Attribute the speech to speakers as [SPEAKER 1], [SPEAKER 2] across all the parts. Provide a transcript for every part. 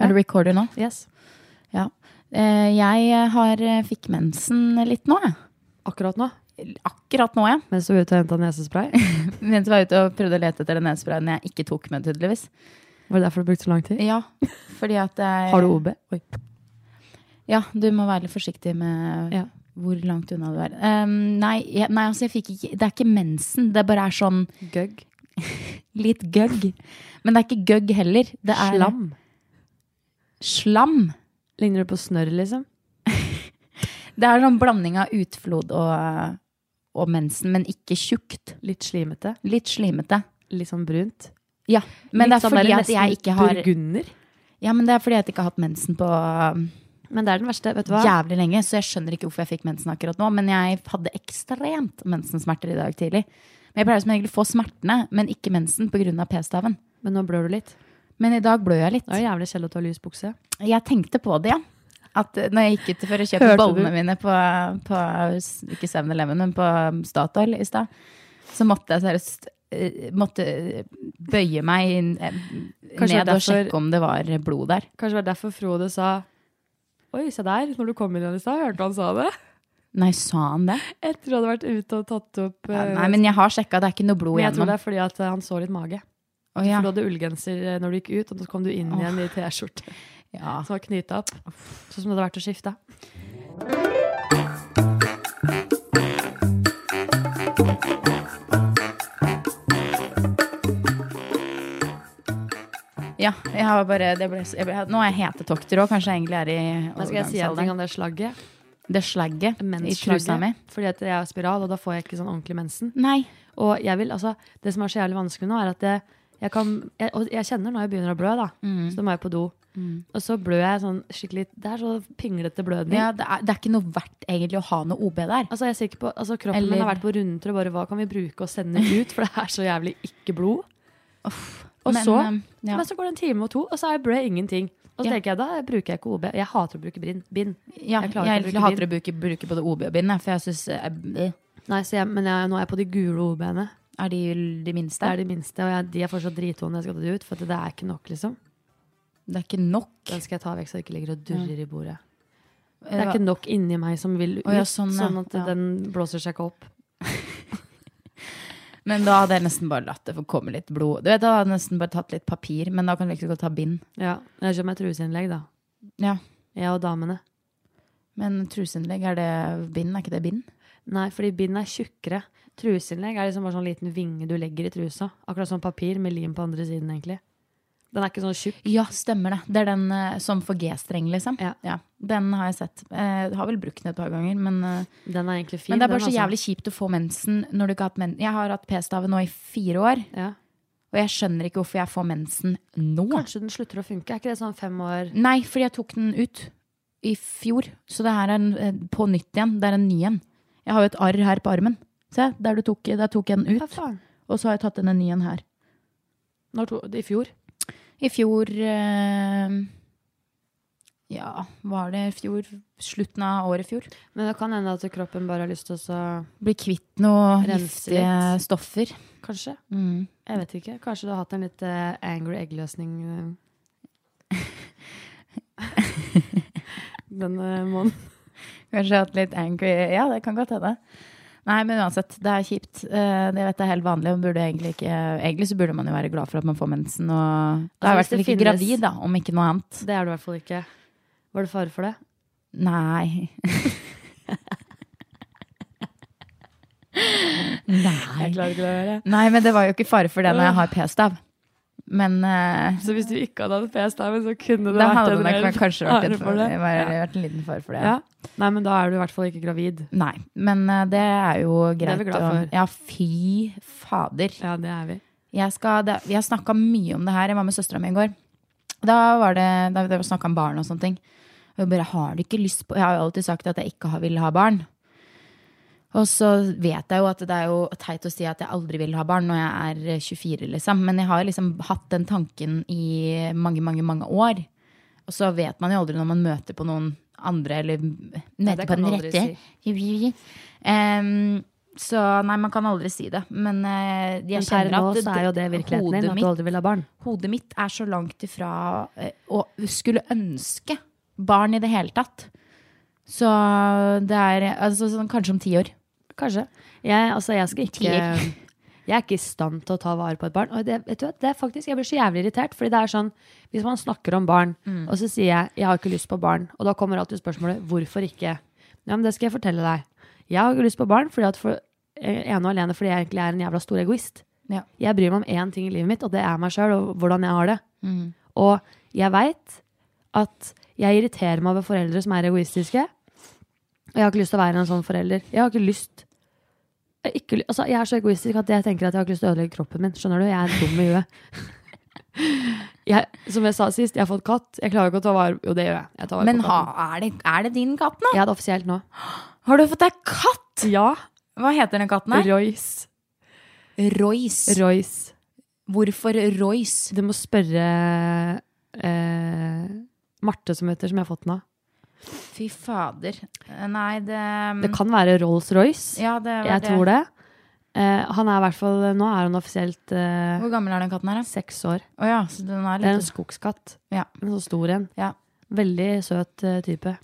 [SPEAKER 1] Er du recorder nå? Yes. Ja. Eh, Jeg har, eh, fikk mensen litt nå, jeg.
[SPEAKER 2] Akkurat nå,
[SPEAKER 1] Akkurat nå, jeg.
[SPEAKER 2] mens du er ute og henta nesespray.
[SPEAKER 1] Mens jeg var ute og prøvde å lete etter den nesesprayen jeg ikke tok med, tydeligvis.
[SPEAKER 2] Var det derfor du brukte så lang tid?
[SPEAKER 1] Ja, fordi at jeg,
[SPEAKER 2] Har du OB? Oi.
[SPEAKER 1] Ja, du må være litt forsiktig med
[SPEAKER 2] Ja.
[SPEAKER 1] hvor langt unna du er. Ehm, nei, jeg, nei, altså jeg fikk ikke Det er ikke mensen, det bare er sånn
[SPEAKER 2] Gøgg?
[SPEAKER 1] litt gøgg. Men det er ikke gøgg heller. Det er
[SPEAKER 2] Slam?
[SPEAKER 1] Slam.
[SPEAKER 2] Ligner du på snørr, liksom?
[SPEAKER 1] Det er sånn blanding av utflod og, og mensen, men ikke tjukt.
[SPEAKER 2] Litt slimete?
[SPEAKER 1] Litt slimete.
[SPEAKER 2] Litt sånn brunt?
[SPEAKER 1] Ja, men det
[SPEAKER 2] Litt
[SPEAKER 1] er
[SPEAKER 2] sånn
[SPEAKER 1] fordi
[SPEAKER 2] der
[SPEAKER 1] at jeg
[SPEAKER 2] nesten
[SPEAKER 1] ikke har
[SPEAKER 2] Burgunder?
[SPEAKER 1] Ja, men det er fordi at jeg ikke har hatt mensen på
[SPEAKER 2] Men det er den verste, vet du hva?
[SPEAKER 1] jævlig lenge, så jeg skjønner ikke hvorfor jeg fikk mensen akkurat nå. Men jeg hadde ekstremt mensensmerter i dag tidlig. Men jeg pleier som regel å få smertene, men ikke mensen pga. p-staven.
[SPEAKER 2] Men nå blør du litt.
[SPEAKER 1] Men i dag blør jeg litt.
[SPEAKER 2] Det er jævlig kjedelig at du har lys bukse.
[SPEAKER 1] Jeg tenkte på det, ja. At eh, når jeg gikk ut for å kjøpe
[SPEAKER 2] Hørte
[SPEAKER 1] bollene
[SPEAKER 2] du?
[SPEAKER 1] mine på, på s- ikke 7-Eleven, men på um, Statoil i stad, så måtte jeg seriøst eh, måtte eh, bøye meg inn, eh,
[SPEAKER 2] Kanskje
[SPEAKER 1] ned og
[SPEAKER 2] derfor-
[SPEAKER 1] sjekke om det var blod der.
[SPEAKER 2] Kanskje det var derfor Frode sa Oi, se der, når du kom inn igjen i stad, hørte du han sa det?
[SPEAKER 1] Nei, sa han det?
[SPEAKER 2] Etter du hadde vært ute og tatt opp
[SPEAKER 1] Ja,
[SPEAKER 2] eh,
[SPEAKER 1] nei, men jeg har sjekka, det er ikke noe blod
[SPEAKER 2] men jeg tror
[SPEAKER 1] igjennom.
[SPEAKER 2] det er fordi at eh, han så litt mage.
[SPEAKER 1] Å, ja.
[SPEAKER 2] For du hadde ullgenser eh, når du gikk ut, og så kom du inn
[SPEAKER 1] Åh.
[SPEAKER 2] igjen i T-skjorte
[SPEAKER 1] Ja.
[SPEAKER 2] som var knyta opp. Sånn som det hadde vært å skifte.
[SPEAKER 1] ja jeg har bare, det ble, jeg ble, nå er jeg hetetokter òg, kanskje jeg egentlig er i
[SPEAKER 2] Men skal jeg si en ting om det slagget?
[SPEAKER 1] Det slagget i trusa mi.
[SPEAKER 2] Mensslagget. Fordi at jeg har spiral, og da får jeg ikke sånn ordentlig mensen.
[SPEAKER 1] Nei.
[SPEAKER 2] Og jeg vil, altså, det som er så jævlig vanskelig nå, er at det, jeg kan jeg, Og jeg kjenner når jeg begynner å blø, da.
[SPEAKER 1] Mm.
[SPEAKER 2] Så da må jeg på do. Og så blør jeg sånn skikkelig Det er så pinglete blødning.
[SPEAKER 1] Ja, det, er, det er ikke noe verdt egentlig å ha noe OB der.
[SPEAKER 2] Altså, jeg er sikker på, altså, kroppen min
[SPEAKER 1] Eller-
[SPEAKER 2] har vært på runder og bare Hva kan vi bruke og sende ut? For det er så jævlig ikke blod. Og
[SPEAKER 1] Men,
[SPEAKER 2] så,
[SPEAKER 1] um, ja.
[SPEAKER 2] men så går det en time og to, og så er blø ingenting. Og så
[SPEAKER 1] Ja.
[SPEAKER 2] tenker jeg da bruker jeg ikke OB. Jeg hater å bruke brin- bind.
[SPEAKER 1] Ja, jeg,
[SPEAKER 2] Jeg klarer ikke å bruke
[SPEAKER 1] hater å bruke, bruke både OB og bind, jeg, for jeg eh, syns Er
[SPEAKER 2] Nei, så jeg, men jeg, nå er jeg på de gule OB-ene.
[SPEAKER 1] de de minste?
[SPEAKER 2] Det er de minste, og jeg, de er fortsatt dritvonde. Jeg skal ta de ut, for det er ikke nok, liksom.
[SPEAKER 1] Det er ikke nok.
[SPEAKER 2] Den skal jeg ta vekk, så det ikke ligger og durrer i bordet. Det
[SPEAKER 1] Eh,
[SPEAKER 2] er ikke nok inni meg som vil ut,
[SPEAKER 1] Å ja, sånn,
[SPEAKER 2] sånn,
[SPEAKER 1] ja.
[SPEAKER 2] at
[SPEAKER 1] Ja.
[SPEAKER 2] den blåser seg ikke opp.
[SPEAKER 1] Men da hadde jeg nesten bare latt det få komme litt blod. Du vet, Da hadde jeg nesten bare tatt litt papir, men da kan du like så godt ta bind.
[SPEAKER 2] Ja. Jeg kjøper meg truseinnlegg, da.
[SPEAKER 1] Ja.
[SPEAKER 2] Jeg og damene.
[SPEAKER 1] Men truseinnlegg, er det bind? Er ikke det bind?
[SPEAKER 2] Nei, fordi bind er tjukkere. Truseinnlegg er liksom bare sånn liten vinge du legger i trusa. Akkurat som papir med lim på andre siden, egentlig. Den er ikke sånn tjukk.
[SPEAKER 1] Ja, stemmer det. Det er den eh, som for G-streng, liksom.
[SPEAKER 2] Ja.
[SPEAKER 1] Den har jeg sett. Eh, har vel brukt den et par ganger, men, eh,
[SPEAKER 2] Den er egentlig fin.
[SPEAKER 1] men det er bare
[SPEAKER 2] den,
[SPEAKER 1] så
[SPEAKER 2] altså.
[SPEAKER 1] jævlig kjipt å få mensen når du ikke har hatt men Jeg har hatt p-stave nå i fire år,
[SPEAKER 2] altså. Ja.
[SPEAKER 1] og jeg skjønner ikke hvorfor jeg får mensen nå.
[SPEAKER 2] Kanskje den slutter å funke. Er ikke det sånn fem år
[SPEAKER 1] Nei, fordi jeg tok den ut i fjor, så det her er en, eh, på nytt igjen. Det er en ny en. Jeg har jo et arr her på armen. Se, der, du tok, der tok jeg den
[SPEAKER 2] Hva
[SPEAKER 1] ut,
[SPEAKER 2] faen?
[SPEAKER 1] og så har jeg tatt den en ny en her.
[SPEAKER 2] Når to, I fjor?
[SPEAKER 1] I fjor eh, Ja, var det i fjor? Slutten av året i fjor.
[SPEAKER 2] Men det kan hende at kroppen bare har lyst til å så-
[SPEAKER 1] Bli kvitt noen
[SPEAKER 2] Rense
[SPEAKER 1] giftige
[SPEAKER 2] litt.
[SPEAKER 1] stoffer.
[SPEAKER 2] Kanskje.
[SPEAKER 1] Mm.
[SPEAKER 2] Jeg vet ikke. Kanskje du har hatt en litt eh, angry egg-løsning eh, denne eh, måneden.
[SPEAKER 1] Kanskje hatt litt angry Ja, det kan godt hende. Nei, men uansett, det er kjipt. Eh, Det vet jeg er helt vanlig. Man burde egentlig, ikke, egentlig så burde man jo være glad for at man får mensen. Og da er i hvert
[SPEAKER 2] Altså, hvis
[SPEAKER 1] fall
[SPEAKER 2] det
[SPEAKER 1] ikke
[SPEAKER 2] finnes-
[SPEAKER 1] gravid, da, om ikke noe annet.
[SPEAKER 2] Det er du i hvert fall ikke. Var det fare for det?
[SPEAKER 1] Nei. Nei.
[SPEAKER 2] klarer ikke å gjøre det.
[SPEAKER 1] Nei, men det var jo ikke fare for det når jeg har p-stav. Men eh,
[SPEAKER 2] Så hvis du ikke hadde hatt p-staven, så kunne det
[SPEAKER 1] da
[SPEAKER 2] vært
[SPEAKER 1] hadde det nok kanskje vært en,
[SPEAKER 2] fare
[SPEAKER 1] for, det var,
[SPEAKER 2] Ja.
[SPEAKER 1] vært en liten fare for det.
[SPEAKER 2] Ja. Nei, men da er du i hvert fall ikke gravid.
[SPEAKER 1] Nei, men eh, det er jo greit.
[SPEAKER 2] Det er vi glad
[SPEAKER 1] å-
[SPEAKER 2] for.
[SPEAKER 1] Ja, fy fader.
[SPEAKER 2] Ja, det er vi.
[SPEAKER 1] Jeg, skal, det, jeg snakka mye om det her. Jeg var med søstera mi i går. Da var det, da vi snakka om barn og sånne ting. Og jeg bare, har du ikke lyst på Jeg har jo alltid sagt at jeg ikke har- vil ha barn. Og så vet jeg jo at det er jo teit å si at jeg aldri vil ha barn når jeg er 24, liksom. Men jeg har liksom hatt den tanken i mange, mange, mange år. Og så vet man jo aldri når man møter på noen andre, eller møter
[SPEAKER 2] det
[SPEAKER 1] på
[SPEAKER 2] kan
[SPEAKER 1] den
[SPEAKER 2] man aldri
[SPEAKER 1] rette. Em, så nei, man kan aldri si det. Men eh, jeg
[SPEAKER 2] Men per
[SPEAKER 1] kjenner
[SPEAKER 2] nå
[SPEAKER 1] at
[SPEAKER 2] så er jo det virkeligheten din,
[SPEAKER 1] hodet
[SPEAKER 2] at
[SPEAKER 1] mitt
[SPEAKER 2] du aldri vil ha barn.
[SPEAKER 1] hodet mitt er så langt ifra eh, å skulle ønske barn i det hele tatt. Så det er altså, sånn, kanskje om ti år.
[SPEAKER 2] Kanskje. Jeg, altså, jeg skal ikke
[SPEAKER 1] Tier.
[SPEAKER 2] Jeg er ikke i stand til å ta vare på et barn. Og det, vet du, hva, det er faktisk, Jeg blir så jævlig irritert. Fordi det er sånn, Hvis man snakker om barn,
[SPEAKER 1] Mm.
[SPEAKER 2] og så sier jeg 'jeg har ikke lyst på barn', og da kommer alltid spørsmålet 'hvorfor ikke'? Ja, men Det skal jeg fortelle deg. Jeg har ikke lyst på barn fordi at for, eh, ene og alene fordi jeg egentlig er en jævla stor egoist.
[SPEAKER 1] Ja.
[SPEAKER 2] Jeg bryr meg om én ting i livet mitt, og det er meg sjøl og hvordan jeg har det.
[SPEAKER 1] Mm.
[SPEAKER 2] Og jeg veit at jeg irriterer meg over foreldre som er egoistiske. Og jeg har ikke lyst til å være en sånn forelder. Jeg har ikke lyst jeg, ikke, ly- altså, jeg er så egoistisk at jeg tenker at jeg har ikke lyst til å ødelegge kroppen min. Skjønner du? Jeg er dum i huet. Jeg, som jeg sa sist, jeg har fått katt. Jeg klarer ikke å ta vare Jo, det gjør jeg. jeg tar vare
[SPEAKER 1] Men
[SPEAKER 2] på
[SPEAKER 1] ha,
[SPEAKER 2] katten.
[SPEAKER 1] er, det, er det din katt nå?
[SPEAKER 2] Jeg hadde offisielt nå.
[SPEAKER 1] Har du fått deg katt?
[SPEAKER 2] Ja.
[SPEAKER 1] Hva heter den katten her?
[SPEAKER 2] Royce.
[SPEAKER 1] Royce.
[SPEAKER 2] Royce.
[SPEAKER 1] Hvorfor Royce?
[SPEAKER 2] Du må spørre eh, Marte, som heter, som jeg har fått den av.
[SPEAKER 1] Fy fader. Eh, Nei, det
[SPEAKER 2] Det kan være Rolls-Royce.
[SPEAKER 1] Mm. Ja, det var
[SPEAKER 2] jeg tror det. Eh, han er i hvert fall Nå er han offisielt eh,
[SPEAKER 1] Hvor gammel er den katten her, da?
[SPEAKER 2] seks år.
[SPEAKER 1] Å ja, så den er
[SPEAKER 2] Det er en
[SPEAKER 1] litt
[SPEAKER 2] skogskatt.
[SPEAKER 1] Ja.
[SPEAKER 2] En sånn stor en.
[SPEAKER 1] Ja.
[SPEAKER 2] Veldig søt eh, type.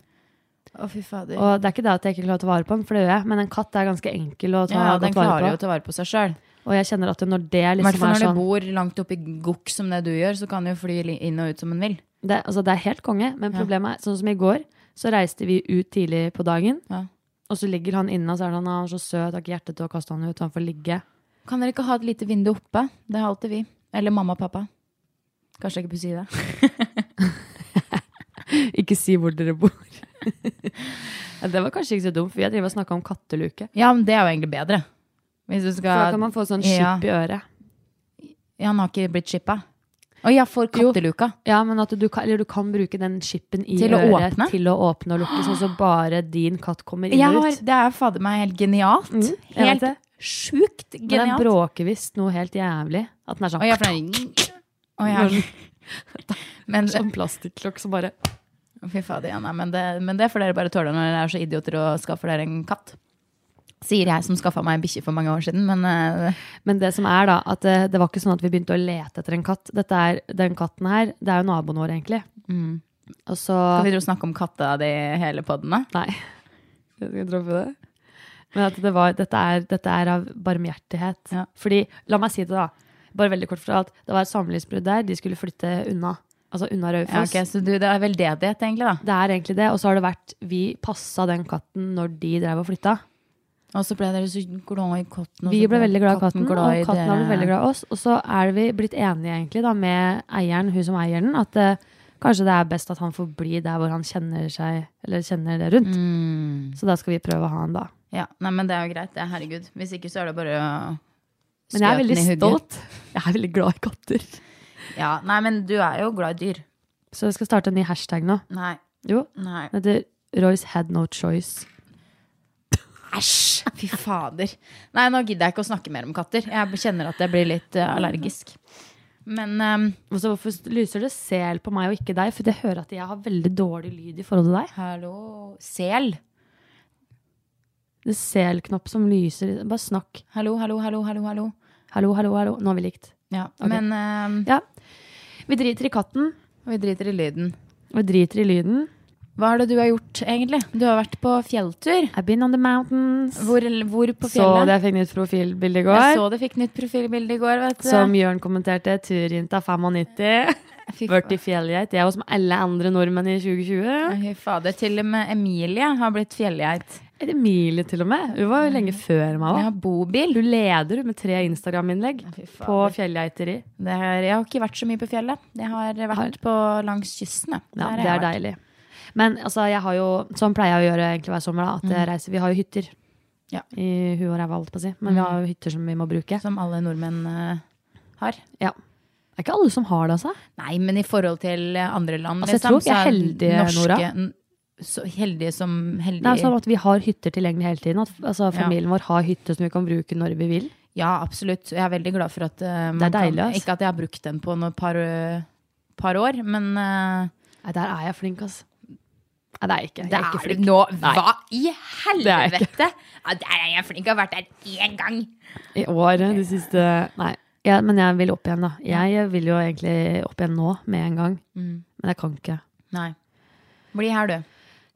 [SPEAKER 1] Å, fy fader.
[SPEAKER 2] Og det er ikke det at jeg ikke klarer å ta vare på den, for det gjør jeg. Men en katt er ganske enkel å ta
[SPEAKER 1] ja, den
[SPEAKER 2] godt vare
[SPEAKER 1] klarer
[SPEAKER 2] på.
[SPEAKER 1] jo å ta vare på seg sjøl.
[SPEAKER 2] Og jeg kjenner at når det
[SPEAKER 1] I hvert
[SPEAKER 2] liksom
[SPEAKER 1] fall
[SPEAKER 2] er
[SPEAKER 1] når du
[SPEAKER 2] sånn
[SPEAKER 1] bor langt oppi gokk som det du gjør, så kan du jo fly li- inn og ut som en vil.
[SPEAKER 2] det, altså, det er helt konge, men
[SPEAKER 1] Ja.
[SPEAKER 2] problemet er sånn som i går, så reiste vi ut tidlig på dagen.
[SPEAKER 1] Ja.
[SPEAKER 2] Og så ligger han inne, og så er han, han er så søt, har ikke hjerte til å kaste han ut, han får ligge.
[SPEAKER 1] Kan dere ikke ha et lite vindu oppe? Det har alltid vi. Eller mamma og pappa. Kanskje jeg ikke bør si det.
[SPEAKER 2] Ikke si hvor dere bor. ja, det var kanskje ikke så dumt, for jeg driver og snakker om katteluke.
[SPEAKER 1] Ja, men det er jo egentlig bedre. Hvis du
[SPEAKER 2] For da
[SPEAKER 1] skal
[SPEAKER 2] kan man få sånn chip
[SPEAKER 1] Ja.
[SPEAKER 2] i øret.
[SPEAKER 1] Ja, han har ikke blitt shippa. Å ja, for
[SPEAKER 2] Jo.
[SPEAKER 1] katteluka.
[SPEAKER 2] Ja, men at du kan, eller du kan bruke den chipen i
[SPEAKER 1] Til å
[SPEAKER 2] øret
[SPEAKER 1] åpne?
[SPEAKER 2] til å åpne og lukke, sånn så bare din katt kommer inn
[SPEAKER 1] Jeg
[SPEAKER 2] og ut.
[SPEAKER 1] har, det er fader meg helt genialt.
[SPEAKER 2] Mm, jeg vet
[SPEAKER 1] helt
[SPEAKER 2] det.
[SPEAKER 1] sjukt
[SPEAKER 2] Men den
[SPEAKER 1] genialt.
[SPEAKER 2] bråker visst noe helt jævlig. At den er sånn,
[SPEAKER 1] Å ja, for den Å ja. Men,
[SPEAKER 2] sånn plastikklokk som bare
[SPEAKER 1] fy fader, ja, nei, men, det, men det får dere bare tåle når dere er så idioter og skaffer dere en katt. Sier jeg som skaffa meg en bikkje for mange år siden, men eh,
[SPEAKER 2] Men det som er, da, at eh, det var ikke sånn at vi begynte å lete etter en katt. Dette er, den katten her, det er jo naboen vår, egentlig. Og så
[SPEAKER 1] Mm. Skal vi dro snakke om katta di hele podden, da?
[SPEAKER 2] Nei. Jeg skal droppe det. Men at det var, dette, er, dette er av barmhjertighet.
[SPEAKER 1] Ja.
[SPEAKER 2] Fordi, la meg si det, da. Bare veldig kort fortalt. Det var et samlivsbrudd der. De skulle flytte unna. Altså unna
[SPEAKER 1] Ja,
[SPEAKER 2] Raufoss.
[SPEAKER 1] ok, så du, det er veldedighet, egentlig, da.
[SPEAKER 2] Det er egentlig det. Og så har det vært Vi passa den katten når de drev og flytta.
[SPEAKER 1] Og så ble dere så glad i katten. og
[SPEAKER 2] Vi
[SPEAKER 1] så
[SPEAKER 2] ble
[SPEAKER 1] ble
[SPEAKER 2] veldig glad i katten,
[SPEAKER 1] glad i
[SPEAKER 2] og katten har blitt
[SPEAKER 1] dere.
[SPEAKER 2] veldig glad i oss. Og så er vi blitt enige egentlig da, med eieren, hun som eier den, at eh, kanskje det er best at han får bli der hvor han kjenner seg, eller kjenner det rundt. Så da skal vi prøve å ha han da.
[SPEAKER 1] Mm. Ja, nei, men det er jo greit, det. Herregud. Hvis ikke så er det bare å
[SPEAKER 2] Men jeg er
[SPEAKER 1] skøte den
[SPEAKER 2] veldig
[SPEAKER 1] i hugget.
[SPEAKER 2] stolt. Jeg er veldig glad i katter.
[SPEAKER 1] Ja, nei, men du er jo glad i dyr.
[SPEAKER 2] Så jeg skal starte en ny hashtag nå.
[SPEAKER 1] Nei.
[SPEAKER 2] Jo,
[SPEAKER 1] Nei.
[SPEAKER 2] den heter Royce had no choice.
[SPEAKER 1] Æsj! Fy fader. Nei, nå gidder jeg ikke å snakke mer om katter. Jeg kjenner at jeg blir litt eh, allergisk. Men ehm,
[SPEAKER 2] Og så hvorfor lyser det sel på meg og ikke deg? For jeg hører at jeg har veldig dårlig lyd i forhold til deg.
[SPEAKER 1] Hallo Sel.
[SPEAKER 2] Det er selknopp som lyser. Bare snakk.
[SPEAKER 1] Hallo, hallo, hallo, hallo. hallo.
[SPEAKER 2] Hallo, hallo, hallo. Nå har vi likt.
[SPEAKER 1] Ja,
[SPEAKER 2] Ok.
[SPEAKER 1] Men ehm,
[SPEAKER 2] Ja. Vi driter i katten.
[SPEAKER 1] vi driter i lyden.
[SPEAKER 2] Og driter i lyden.
[SPEAKER 1] Hva er det du har gjort, egentlig? Du har vært på fjelltur.
[SPEAKER 2] I've been on the mountains.
[SPEAKER 1] Hvor, hvor på
[SPEAKER 2] så
[SPEAKER 1] fjellet?
[SPEAKER 2] det jeg fikk nytt profilbilde i
[SPEAKER 1] Jeg
[SPEAKER 2] går.
[SPEAKER 1] så det fikk nytt profilbilde i går, vet du.
[SPEAKER 2] Som Jørn kommenterte. Turjenta 95.
[SPEAKER 1] Fy
[SPEAKER 2] Vært i fjellgeit. Jeg var som alle andre nordmenn i 2020.
[SPEAKER 1] Fy fader, til og med Emilie har blitt fjellgeit.
[SPEAKER 2] Emilie til og med. Hun var jo lenge før meg
[SPEAKER 1] Jeg
[SPEAKER 2] òg.
[SPEAKER 1] har bobil.
[SPEAKER 2] Du leder med tre Instagram-innlegg
[SPEAKER 1] Fy fader.
[SPEAKER 2] på fjellgeiteri.
[SPEAKER 1] Det er, jeg har ikke vært så mye på fjellet. Jeg har vært på langs kysten. jeg.
[SPEAKER 2] Ja,
[SPEAKER 1] Der har
[SPEAKER 2] det
[SPEAKER 1] jeg
[SPEAKER 2] er
[SPEAKER 1] vært.
[SPEAKER 2] deilig. Men altså, jeg har jo, sånn pleier jeg å gjøre egentlig hver sommer. Da, at jeg reiser, Vi har jo hytter
[SPEAKER 1] Mm. Ja. Mm.
[SPEAKER 2] i huet og ræva, holdt på å si. Men vi har jo hytter som vi må bruke.
[SPEAKER 1] Som alle nordmenn eh, har.
[SPEAKER 2] Ja. Det er ikke alle som har det, altså.
[SPEAKER 1] Nei, men i forhold til eh, andre land
[SPEAKER 2] Altså, jeg tror vi er
[SPEAKER 1] så
[SPEAKER 2] heldige, Nora.
[SPEAKER 1] n- Så heldige som heldige.
[SPEAKER 2] Det er sånn at vi har hytter tilgjengelig hele tiden. At altså, familien vår har hytter som vi kan bruke når vi vil.
[SPEAKER 1] Ja, absolutt. Jeg er veldig glad for at eh, man
[SPEAKER 2] Det er deilig,
[SPEAKER 1] kan,
[SPEAKER 2] ass.
[SPEAKER 1] Ikke at jeg har brukt den på noen par, ø, par år, men eh,
[SPEAKER 2] Nei, der er jeg flink, altså. Nei, det er jeg ikke. Jeg
[SPEAKER 1] det
[SPEAKER 2] er
[SPEAKER 1] er
[SPEAKER 2] ikke flink.
[SPEAKER 1] nå
[SPEAKER 2] Nei.
[SPEAKER 1] Hva i
[SPEAKER 2] er jeg
[SPEAKER 1] helvete?! Ja, der er jeg flink, jeg har vært der én gang!
[SPEAKER 2] I år, de siste Nei. Ja, men jeg vil opp igjen, da. Jeg vil jo egentlig opp igjen nå, med en gang. Men jeg kan ikke.
[SPEAKER 1] Mm, Nei. Bli her, du.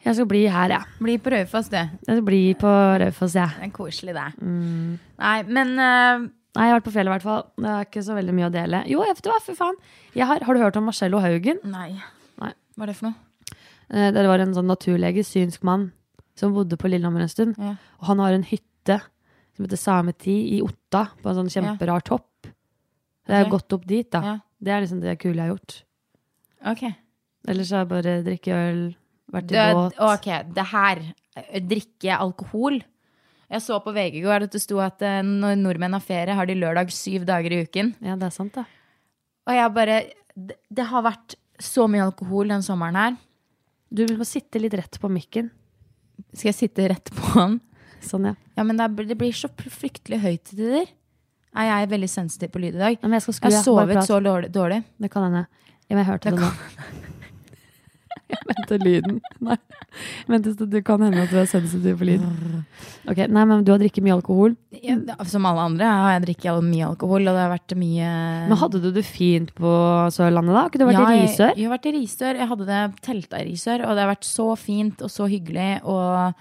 [SPEAKER 2] Jeg skal bli her, jeg.
[SPEAKER 1] Bli på Raufoss, du.
[SPEAKER 2] Jeg skal bli på Raufoss, jeg.
[SPEAKER 1] Det er koselig, det. Nei, men eh,
[SPEAKER 2] Nei, jeg har vært på fjellet, i hvert fall. Det er ikke så veldig mye å dele. Jo, jeg vet du hva, for faen. Jeg har, har du hørt om Marcello Haugen?
[SPEAKER 1] Nei.
[SPEAKER 2] Nei.
[SPEAKER 1] Hva er det for noe?
[SPEAKER 2] Eh, Det var en sånn naturlege, synsk mann, som bodde på Lillehammer en stund.
[SPEAKER 1] Ja.
[SPEAKER 2] Og han har en hytte som heter Sameti i Otta, på en sånn kjemperar topp. Så jeg har
[SPEAKER 1] Ok.
[SPEAKER 2] gått opp dit, da.
[SPEAKER 1] Ja.
[SPEAKER 2] Det er liksom det kule jeg har gjort.
[SPEAKER 1] Ok.
[SPEAKER 2] Ellers har jeg bare drikke øl, vært i
[SPEAKER 1] Død,
[SPEAKER 2] båt.
[SPEAKER 1] ok, det her. eh, Drikke alkohol. Jeg så på VG i går at det sto at eh, når nordmenn har ferie, har de lørdag syv dager i uken.
[SPEAKER 2] Ja, det er sant, da.
[SPEAKER 1] Og jeg bare Det, det har vært så mye alkohol den sommeren her.
[SPEAKER 2] Du må sitte litt rett på mikken.
[SPEAKER 1] Skal jeg sitte rett på han?
[SPEAKER 2] Sånn, ja.
[SPEAKER 1] Ja, men det, er- det blir så fryktelig høyt til tider. Er jeg er veldig sensitiv på lyd i dag?
[SPEAKER 2] Ja, Men jeg skal skru,
[SPEAKER 1] Jeg har
[SPEAKER 2] jeg. Bare
[SPEAKER 1] sovet
[SPEAKER 2] prat.
[SPEAKER 1] så dårlig. dårlig.
[SPEAKER 2] Det kan hende. Ja, men jeg hørte det, nå. Jeg mente lyden. Nei. Jeg mente at det kan hende at du er sensitiv på lyd. Ok, nei, men Du har drikket mye alkohol.
[SPEAKER 1] Ja, det- som alle andre har jeg drikket al- mye alkohol, og det har vært mye
[SPEAKER 2] Men hadde du det fint på Sørlandet da? Har ikke du vært
[SPEAKER 1] Ja,
[SPEAKER 2] i
[SPEAKER 1] jeg-
[SPEAKER 2] Risør?
[SPEAKER 1] Jeg har vært i Risør. Jeg hadde det telta i Risør, og det har vært så fint og så hyggelig. Og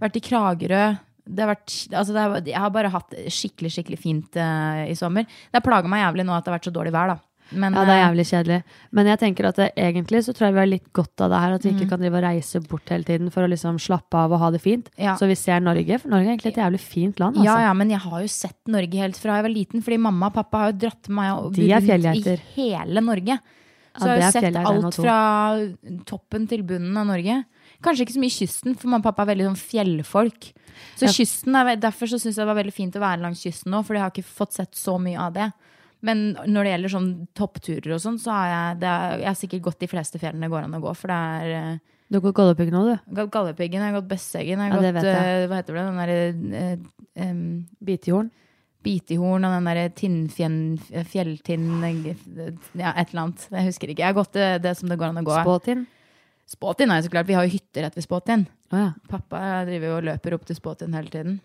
[SPEAKER 1] vært i Kragerø. Det har vært, altså det har, jeg har bare hatt det skikkelig skikkelig fint eh, i sommer. Det har plaga meg jævlig nå at det har vært så dårlig vær, da. Men,
[SPEAKER 2] Ja, det er
[SPEAKER 1] eh,
[SPEAKER 2] jævlig kjedelig. Men jeg tenker at det, egentlig så tror jeg vi har litt godt av det her. At vi
[SPEAKER 1] Mm.
[SPEAKER 2] ikke kan drive og reise bort hele tiden for å liksom slappe av og ha det fint.
[SPEAKER 1] Ja.
[SPEAKER 2] Så vi ser Norge. For Norge er egentlig et jævlig fint land. Altså.
[SPEAKER 1] Ja, ja, men jeg har jo sett Norge helt fra jeg var liten, fordi mamma og pappa har jo dratt meg og
[SPEAKER 2] De er
[SPEAKER 1] rundt
[SPEAKER 2] fjellgeiter.
[SPEAKER 1] i hele Norge. Så jeg har
[SPEAKER 2] Ja, det er
[SPEAKER 1] jo sett
[SPEAKER 2] fjellgeiter, en og
[SPEAKER 1] alt
[SPEAKER 2] to.
[SPEAKER 1] fra toppen til bunnen av Norge. Kanskje ikke så mye kysten, for mamma og pappa er veldig sånn fjellfolk. Så kysten er, ve- Derfor så syns jeg det var veldig fint å være langs kysten nå, for jeg har ikke fått sett så mye av det. Men når det gjelder sånn toppturer og sånn, så har jeg, det er, jeg har sikkert gått de fleste fjellene det går an å gå. For det er eh,
[SPEAKER 2] Du går Goldepiggen nå, du.
[SPEAKER 1] jeg har gått Galdhøpiggen, jeg har gått Besseggen, jeg har
[SPEAKER 2] Ja, det
[SPEAKER 1] gått
[SPEAKER 2] vet
[SPEAKER 1] eh,
[SPEAKER 2] jeg.
[SPEAKER 1] Hva heter det? Den derre eh, em,
[SPEAKER 2] Bitejorden.
[SPEAKER 1] Bitehorn og den derre tinnfjen... Fjelltinn Ja, et eller annet. Jeg husker ikke. Jeg har gått det, det som det går an å gå.
[SPEAKER 2] Spåtind.
[SPEAKER 1] Spåtind er jo så klart. Vi har jo hytter rett ved Spåtind.
[SPEAKER 2] Å ja.
[SPEAKER 1] Pappa driver jo og løper opp til Spåtind hele tiden.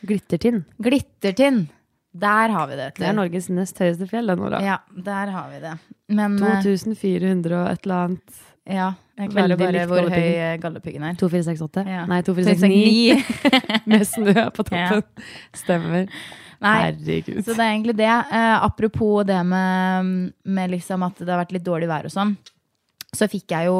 [SPEAKER 2] Glittertind.
[SPEAKER 1] Glittertind! Der har vi det.
[SPEAKER 2] Det er Norges nest høyeste fjell, det, Nora.
[SPEAKER 1] Ja, der har vi det. Men eh,
[SPEAKER 2] 2400 og et eller annet.
[SPEAKER 1] ja, jeg klarer
[SPEAKER 2] Veldig
[SPEAKER 1] bare
[SPEAKER 2] likt
[SPEAKER 1] hvor høy
[SPEAKER 2] Galdhøpiggen.
[SPEAKER 1] eh, Galdhøpiggen er.
[SPEAKER 2] 2468?
[SPEAKER 1] Ja.
[SPEAKER 2] Nei, 2469 med snø
[SPEAKER 1] Ja.
[SPEAKER 2] på toppen. Stemmer.
[SPEAKER 1] Nei,
[SPEAKER 2] Herregud.
[SPEAKER 1] Så det er egentlig det. Eh, apropos det med, med liksom at det har vært litt dårlig vær og sånn. Så fikk jeg jo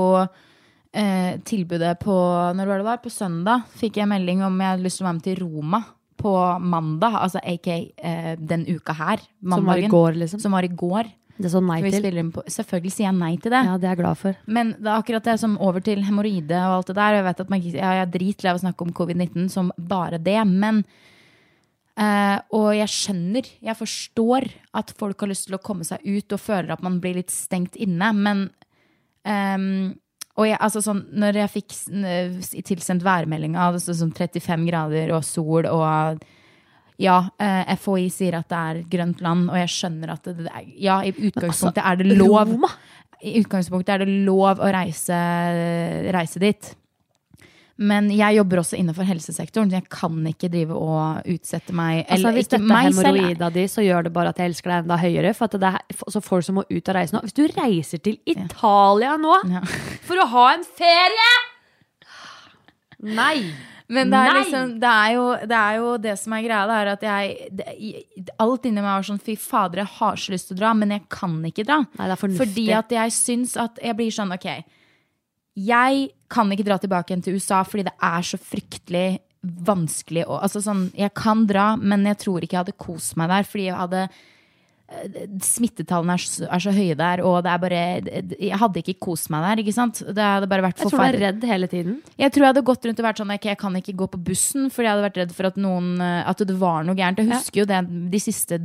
[SPEAKER 1] eh, tilbudet på Når var det var? På søndag fikk jeg melding om jeg hadde lyst til å være med til Roma på mandag. Altså AK eh, den uka her.
[SPEAKER 2] Som var i
[SPEAKER 1] mandagen,
[SPEAKER 2] går, liksom.
[SPEAKER 1] Som var i går.
[SPEAKER 2] Det så nei
[SPEAKER 1] Vi
[SPEAKER 2] til.
[SPEAKER 1] spiller inn på, selvfølgelig sier jeg nei til det.
[SPEAKER 2] Ja, det er jeg glad for.
[SPEAKER 1] Men det er akkurat det som over til hemoroide og alt det der. og Jeg vet at man, ikke- ja, jeg er dritlei av å snakke om covid-19 som bare det, men eh, Og jeg skjønner, jeg forstår at folk har lyst til å komme seg ut og føler at man blir litt stengt inne, men ehm, og jeg, altså sånn, når jeg fikk s- n- s- tilsendt værmeldinga, det stod sånn 35 grader og sol og ja, eh, FHI sier at det er grønt land, og jeg skjønner at det, det er, ja, i utgangspunktet er det lov
[SPEAKER 2] Roma!
[SPEAKER 1] i utgangspunktet er det lov å reise, reise dit. Men jeg jobber også innenfor helsesektoren, så jeg kan ikke drive og utsette meg
[SPEAKER 2] Altså,
[SPEAKER 1] eller
[SPEAKER 2] hvis
[SPEAKER 1] ikke
[SPEAKER 2] dette er
[SPEAKER 1] meg selv.
[SPEAKER 2] hemoroida di, så gjør det bare at jeg elsker deg enda høyere. For at det er f- så folk som må ut og reise nå Hvis du reiser til Italia nå
[SPEAKER 1] Ja.
[SPEAKER 2] for å ha en ferie! Nei!
[SPEAKER 1] Men det er,
[SPEAKER 2] Nei!
[SPEAKER 1] liksom, det, er jo, det er jo det som er greia, det er at jeg det, i- Alt inni meg var sånn fy fader, jeg har så lyst til å dra, men jeg kan ikke dra.
[SPEAKER 2] Nei, det er fornuftig.
[SPEAKER 1] Fordi at jeg syns at jeg blir sånn, ok Jeg kan ikke dra tilbake igjen til USA fordi det er så fryktelig vanskelig å Altså sånn, jeg kan dra, men jeg tror ikke jeg hadde kost meg der fordi jeg hadde eh, smittetallene er så, er så høye der, og det er bare Jeg hadde ikke kost meg der, ikke sant? Det hadde bare vært
[SPEAKER 2] Jeg tror du er
[SPEAKER 1] forferdelig.
[SPEAKER 2] redd hele tiden.
[SPEAKER 1] Jeg tror jeg hadde gått rundt og vært sånn Ok, jeg kan ikke gå på bussen, fordi jeg hadde vært redd for at, noen, eh, at det var noe gærent. Jeg husker jo det de siste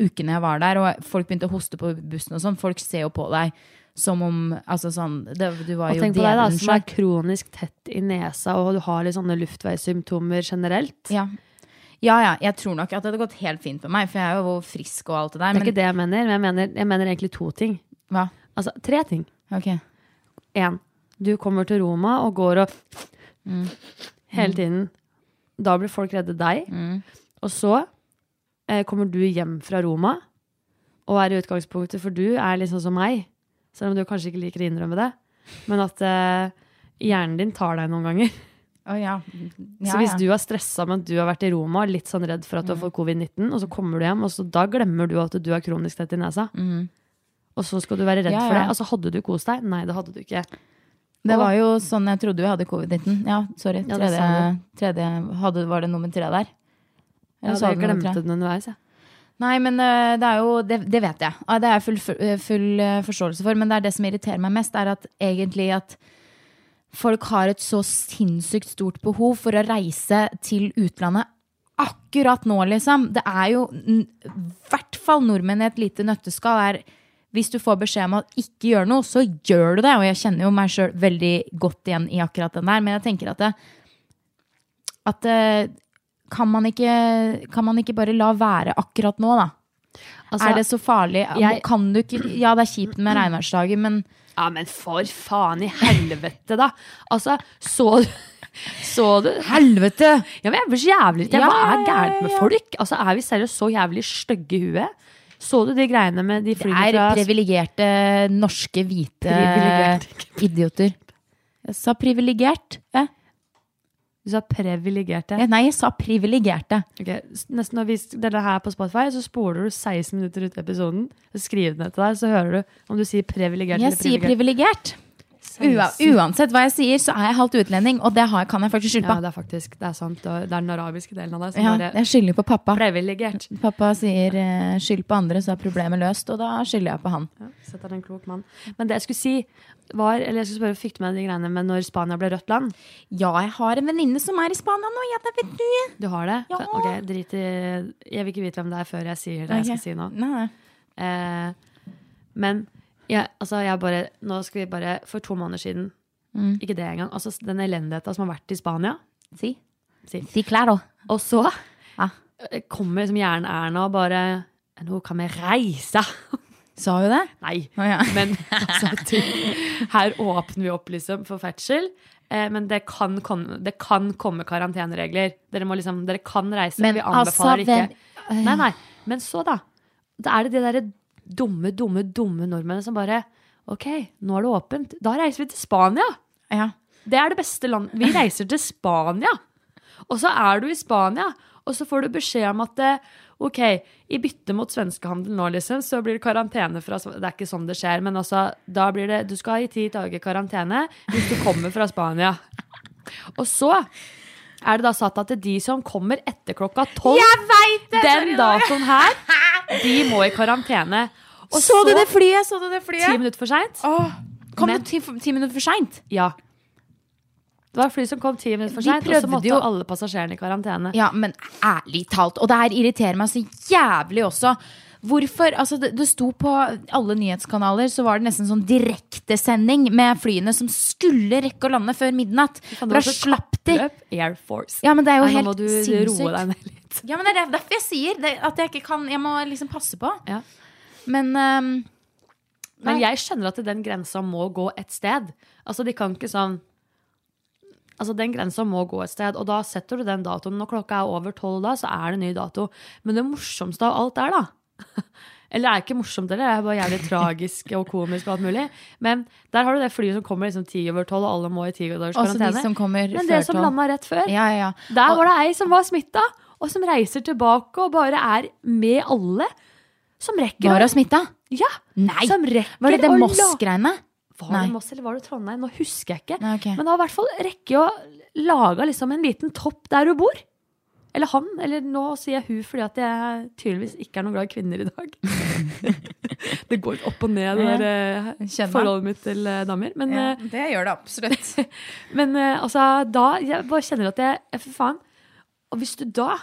[SPEAKER 1] ukene jeg var der, og folk begynte å hoste på bussen og sånn. Folk ser jo på deg som om Altså sånn det, Du var
[SPEAKER 2] Og
[SPEAKER 1] jo
[SPEAKER 2] tenk på deg da,
[SPEAKER 1] djevelen
[SPEAKER 2] som er
[SPEAKER 1] sjøl.
[SPEAKER 2] kronisk tett i nesa, og du har litt sånne luftveissymptomer generelt.
[SPEAKER 1] Ja. ja ja, jeg tror nok at det hadde gått helt fint med meg, for jeg er jo frisk og alt det der.
[SPEAKER 2] Det er
[SPEAKER 1] Men
[SPEAKER 2] ikke det jeg mener, men jeg mener, jeg mener egentlig to ting.
[SPEAKER 1] hva?
[SPEAKER 2] Altså tre ting.
[SPEAKER 1] Ok.
[SPEAKER 2] Én, du kommer til Roma og går og hele tiden. Da blir folk redde deg. Og så eh, kommer du hjem fra Roma og er i utgangspunktet, for du er liksom som meg, selv om du kanskje ikke liker å innrømme det, men at eh, hjernen din tar deg noen ganger.
[SPEAKER 1] Å ja. ja.
[SPEAKER 2] så hvis
[SPEAKER 1] ja. Mm.
[SPEAKER 2] du er stressa med at du har vært i Roma, litt sånn redd for at du har fått covid-19, og så kommer du hjem, og så da glemmer du at du er kronisk tett i nesa. Og så skal du være redd
[SPEAKER 1] Mm. Ja,
[SPEAKER 2] for det.
[SPEAKER 1] ja.
[SPEAKER 2] Altså, hadde du kost deg? Nei, det hadde du ikke.
[SPEAKER 1] Det var jo sånn jeg trodde vi hadde covid-19. Ja, sorry.
[SPEAKER 2] Ja, det
[SPEAKER 1] Tredje,
[SPEAKER 2] sa
[SPEAKER 1] tredje hadde, Var det nummer tre der? Eller
[SPEAKER 2] Ja,
[SPEAKER 1] sa
[SPEAKER 2] jeg
[SPEAKER 1] du nummer tre?
[SPEAKER 2] glemte den underveis, jeg.
[SPEAKER 1] Nei, men øh, det er jo Det, det vet jeg. Ja, Det er jeg full, full, full øh, forståelse for. Men det er det som irriterer meg mest, er at egentlig at folk har et så sinnssykt stort behov for å reise til utlandet akkurat nå, liksom. Det er jo I hvert fall nordmenn i et lite nøtteskall er hvis du får beskjed om at ikke gjør noe, så gjør du det. Og jeg kjenner jo meg sjøl veldig godt igjen i akkurat den der, men jeg tenker at det, at eh, kan, man ikke, kan man ikke bare la være akkurat nå, da?
[SPEAKER 2] Altså,
[SPEAKER 1] er Mm. det så farlig?
[SPEAKER 2] jeg-
[SPEAKER 1] kan du ikke Ja, det er kjipt med regnværsdager, men
[SPEAKER 2] Ja, men for faen i helvete, da! Altså, så du Så du
[SPEAKER 1] Helvete!
[SPEAKER 2] Ja, men jeg blir så jævlig irritert. Hva
[SPEAKER 1] Ja, ja,
[SPEAKER 2] er
[SPEAKER 1] ja,
[SPEAKER 2] gærent med
[SPEAKER 1] ja.
[SPEAKER 2] folk? Altså, Er vi seriøst så jævlig stygge i huet? Så du de greiene med de flyene
[SPEAKER 1] Er
[SPEAKER 2] fra
[SPEAKER 1] privilegerte norske hvite
[SPEAKER 2] Privilegert,
[SPEAKER 1] idioter. Jeg sa privilegert. Eh?
[SPEAKER 2] Du sa privilegerte.
[SPEAKER 1] Nei, jeg sa privilegerte.
[SPEAKER 2] Ok, s- Nesten når vi s- deler her på Spotify, så spoler du 16 minutter ut episoden. Så skriver den etter deg, så hører du om du sier privilegert
[SPEAKER 1] Jeg
[SPEAKER 2] eller
[SPEAKER 1] sier
[SPEAKER 2] privilegert.
[SPEAKER 1] privilegert. Ua, uansett hva jeg sier, så er jeg halvt utlending, og det har, kan jeg faktisk skylde
[SPEAKER 2] Ja,
[SPEAKER 1] på.
[SPEAKER 2] det er faktisk, det er sant. og Det er den arabiske delen av deg som
[SPEAKER 1] Ja,
[SPEAKER 2] bare
[SPEAKER 1] jeg skylder på pappa.
[SPEAKER 2] Privilegert.
[SPEAKER 1] Pappa sier eh, 'skyld på andre, så er problemet løst', og da skylder jeg på han.
[SPEAKER 2] Ja, så dette er en klok mann. Men det jeg skulle si, var Eller jeg skulle spørre, fikk du med de greiene med når Spania ble rødt land?
[SPEAKER 1] Ja, jeg har en venninne som er i Spania nå, ja, det vet du.
[SPEAKER 2] Du har det?
[SPEAKER 1] Ja.
[SPEAKER 2] Ok, drit i Jeg vil ikke vite hvem det er før jeg sier det jeg skal si nå.
[SPEAKER 1] Nei, nei.
[SPEAKER 2] Eh, men jeg- altså jeg bare, nå skal vi bare For to måneder siden, ikke det engang, altså den elendigheta som har vært i Spania,
[SPEAKER 1] Si.
[SPEAKER 2] Si.
[SPEAKER 1] claro.
[SPEAKER 2] og så
[SPEAKER 1] Ja.
[SPEAKER 2] eh, kommer liksom Jern-Erna og bare Nå kan vi reise!
[SPEAKER 1] Sa hun det?
[SPEAKER 2] Nei.
[SPEAKER 1] Å, ja.
[SPEAKER 2] Men altså, du, her åpner vi opp liksom, for ferdsel. Eh, men det kan, komme, det kan komme karanteneregler. Dere, må liksom, dere kan reise,
[SPEAKER 1] Men
[SPEAKER 2] men vi
[SPEAKER 1] altså,
[SPEAKER 2] anbefaler ikke. Nei, nei. Men så, da. Da er det de derre dumme, dumme, dumme nordmennene som bare Ok, nå er det åpent. Da reiser vi til Spania!
[SPEAKER 1] Ja.
[SPEAKER 2] Det er det beste landet. Vi reiser til Spania. Og så er du i Spania, og så får du beskjed om at eh, ok, i bytte mot svenskehandel nå, liksom, så blir det karantene fra Sv- Det er ikke sånn det skjer, men altså, da blir det Du skal ha i ti dager karantene hvis du kommer fra Spania. Og så er det da satt at de som kommer etter klokka tolv den datoen her, de må i karantene. Og
[SPEAKER 1] Så du det flyet? Så du det
[SPEAKER 2] ti
[SPEAKER 1] flyet?
[SPEAKER 2] minutter for seint?
[SPEAKER 1] Kom
[SPEAKER 2] Men-
[SPEAKER 1] du ti, ti minutter for seint?
[SPEAKER 2] Ja. Det var et fly som kom ti minutter for
[SPEAKER 1] De
[SPEAKER 2] seint, og så
[SPEAKER 1] prøvde
[SPEAKER 2] måtte
[SPEAKER 1] jo-
[SPEAKER 2] alle passasjerene i karantene.
[SPEAKER 1] Ja, men ærlig talt. Og det her irriterer meg så jævlig også. Hvorfor? Altså, det, det sto på alle nyhetskanaler så var det nesten sånn direktesending med flyene som skulle rekke å lande før midnatt.
[SPEAKER 2] Faen,
[SPEAKER 1] Da
[SPEAKER 2] det var så
[SPEAKER 1] slapp de.
[SPEAKER 2] kappløp, Air Force.
[SPEAKER 1] Ja, men det er jo
[SPEAKER 2] Nei,
[SPEAKER 1] helt
[SPEAKER 2] nå må du
[SPEAKER 1] sinnssykt.
[SPEAKER 2] roe deg ned litt.
[SPEAKER 1] Ja, men det er derfor jeg sier det, at jeg ikke kan Jeg må liksom passe på.
[SPEAKER 2] Ja.
[SPEAKER 1] Men ehm,
[SPEAKER 2] Men
[SPEAKER 1] Nei.
[SPEAKER 2] jeg skjønner at den grensa må gå et sted. Altså, de kan ikke sånn Altså, den grensa må gå et sted, og da setter du den datoen. Når klokka er over tolv da, så er det ny dato. Men det morsomste av alt er, da Eller det er ikke morsomt heller, det er bare jævlig tragisk og komisk og alt mulig. Men der har du det flyet som kommer liksom ti over tolv, og alle må i ti dagers
[SPEAKER 1] Også Altså, de
[SPEAKER 2] karantene.
[SPEAKER 1] som kommer
[SPEAKER 2] Men
[SPEAKER 1] før
[SPEAKER 2] det som
[SPEAKER 1] tolv.
[SPEAKER 2] landa rett før,
[SPEAKER 1] ja, ja, ja.
[SPEAKER 2] Der var det ei som var smitta, og som reiser tilbake og bare er med alle. Som rekker
[SPEAKER 1] Var hun
[SPEAKER 2] å-
[SPEAKER 1] smitta?
[SPEAKER 2] Ja,
[SPEAKER 1] Nei!
[SPEAKER 2] Som rekker
[SPEAKER 1] Var det det
[SPEAKER 2] å la-
[SPEAKER 1] Moss-greiene?
[SPEAKER 2] Var
[SPEAKER 1] Nei.
[SPEAKER 2] det Moss eller var det Trondheim? Nå husker jeg ikke.
[SPEAKER 1] Nei, ok.
[SPEAKER 2] Men har i hvert fall rekke å lage liksom en liten topp der hun bor. Eller han. Eller nå sier jeg hun fordi at jeg tydeligvis ikke er noe glad i kvinner i dag. det går opp og ned, det der eh,
[SPEAKER 1] Skjønner.
[SPEAKER 2] forholdet mitt til eh, damer. Men,
[SPEAKER 1] Ja,
[SPEAKER 2] eh,
[SPEAKER 1] det gjør det absolutt.
[SPEAKER 2] men eh, altså, da Jeg bare kjenner at jeg eh, Fy faen. Og hvis du da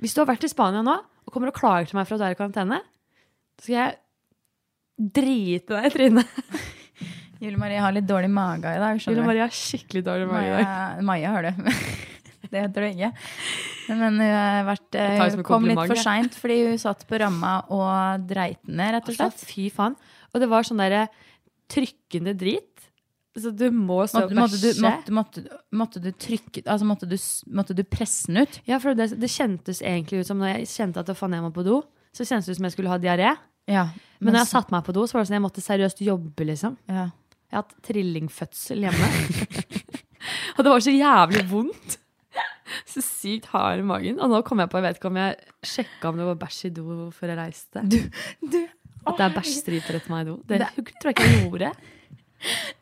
[SPEAKER 2] Hvis du har vært i Spania nå og kommer og klager til meg for at du er i karantene, så skal jeg drite deg i trynet.
[SPEAKER 1] Julie Marie har litt dårlig mage i dag.
[SPEAKER 2] Julie
[SPEAKER 1] skjønner du.
[SPEAKER 2] Marie har skikkelig dårlig mage i dag.
[SPEAKER 1] Maja, Maja har det. Det heter det ikke. Men hun, har vært,
[SPEAKER 2] tar det
[SPEAKER 1] hun
[SPEAKER 2] som en
[SPEAKER 1] kom litt
[SPEAKER 2] kompliment,
[SPEAKER 1] for
[SPEAKER 2] jeg.
[SPEAKER 1] seint fordi hun satt på ramma og dreit ned, rett og
[SPEAKER 2] Altså,
[SPEAKER 1] slett.
[SPEAKER 2] fy faen. Og det var sånn derre trykkende drit. Så du må stå
[SPEAKER 1] Måtte,
[SPEAKER 2] og
[SPEAKER 1] måtte, du,
[SPEAKER 2] bæsje.
[SPEAKER 1] måtte, måtte, måtte du trykke altså måtte, du, s- måtte du presse den ut?
[SPEAKER 2] Ja, for det, det kjentes egentlig ut som når jeg kjente at faen jeg må på do, så kjentes det ut som jeg skulle ha diaré.
[SPEAKER 1] Ja.
[SPEAKER 2] Men når jeg satte meg på do, så var det sånn jeg måtte seriøst jobbe, liksom.
[SPEAKER 1] ja.
[SPEAKER 2] Jeg har hatt trillingfødsel hjemme. og det var så jævlig vondt. Så sykt hard i magen. Og nå kom jeg på, jeg vet ikke om jeg sjekka om det var bæsj i do før jeg reiste. At det er bæsjstriper etter meg i do. Det, tror jeg ikke jeg gjorde.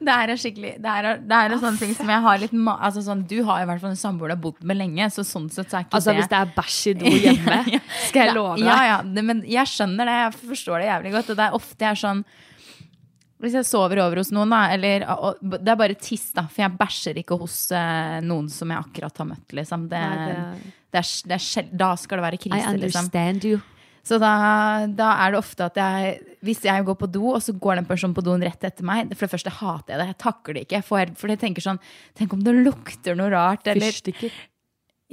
[SPEAKER 1] Det her er skikkelig Det her er, det her er sånne ting som jeg har litt ma altså sånn, Du har i hvert fall en samboer du har bodd med lenge, så sånn sett så er ikke
[SPEAKER 2] Altså,
[SPEAKER 1] det
[SPEAKER 2] hvis det er bæsj i do hjemme, skal jeg love deg.
[SPEAKER 1] Ja, ja, det, men jeg skjønner det. Jeg forstår det jævlig godt. Og det er ofte jeg er sånn Hvis jeg sover over hos noen, da, eller og, Det er bare tiss, da. For jeg bæsjer ikke hos eh, noen som jeg akkurat har møtt, liksom. Det,
[SPEAKER 2] Nei,
[SPEAKER 1] det...
[SPEAKER 2] det-
[SPEAKER 1] er, det er sjel da skal det være
[SPEAKER 2] I
[SPEAKER 1] krise, liksom.
[SPEAKER 2] understand you.
[SPEAKER 1] Så da, da er det ofte at jeg Hvis jeg går på do, og så går den personen på doen rett etter meg For det første hater jeg det. Jeg takler det ikke. Jeg får, for jeg tenker sånn Tenk om det lukter noe rart, eller
[SPEAKER 2] Fyrstikker.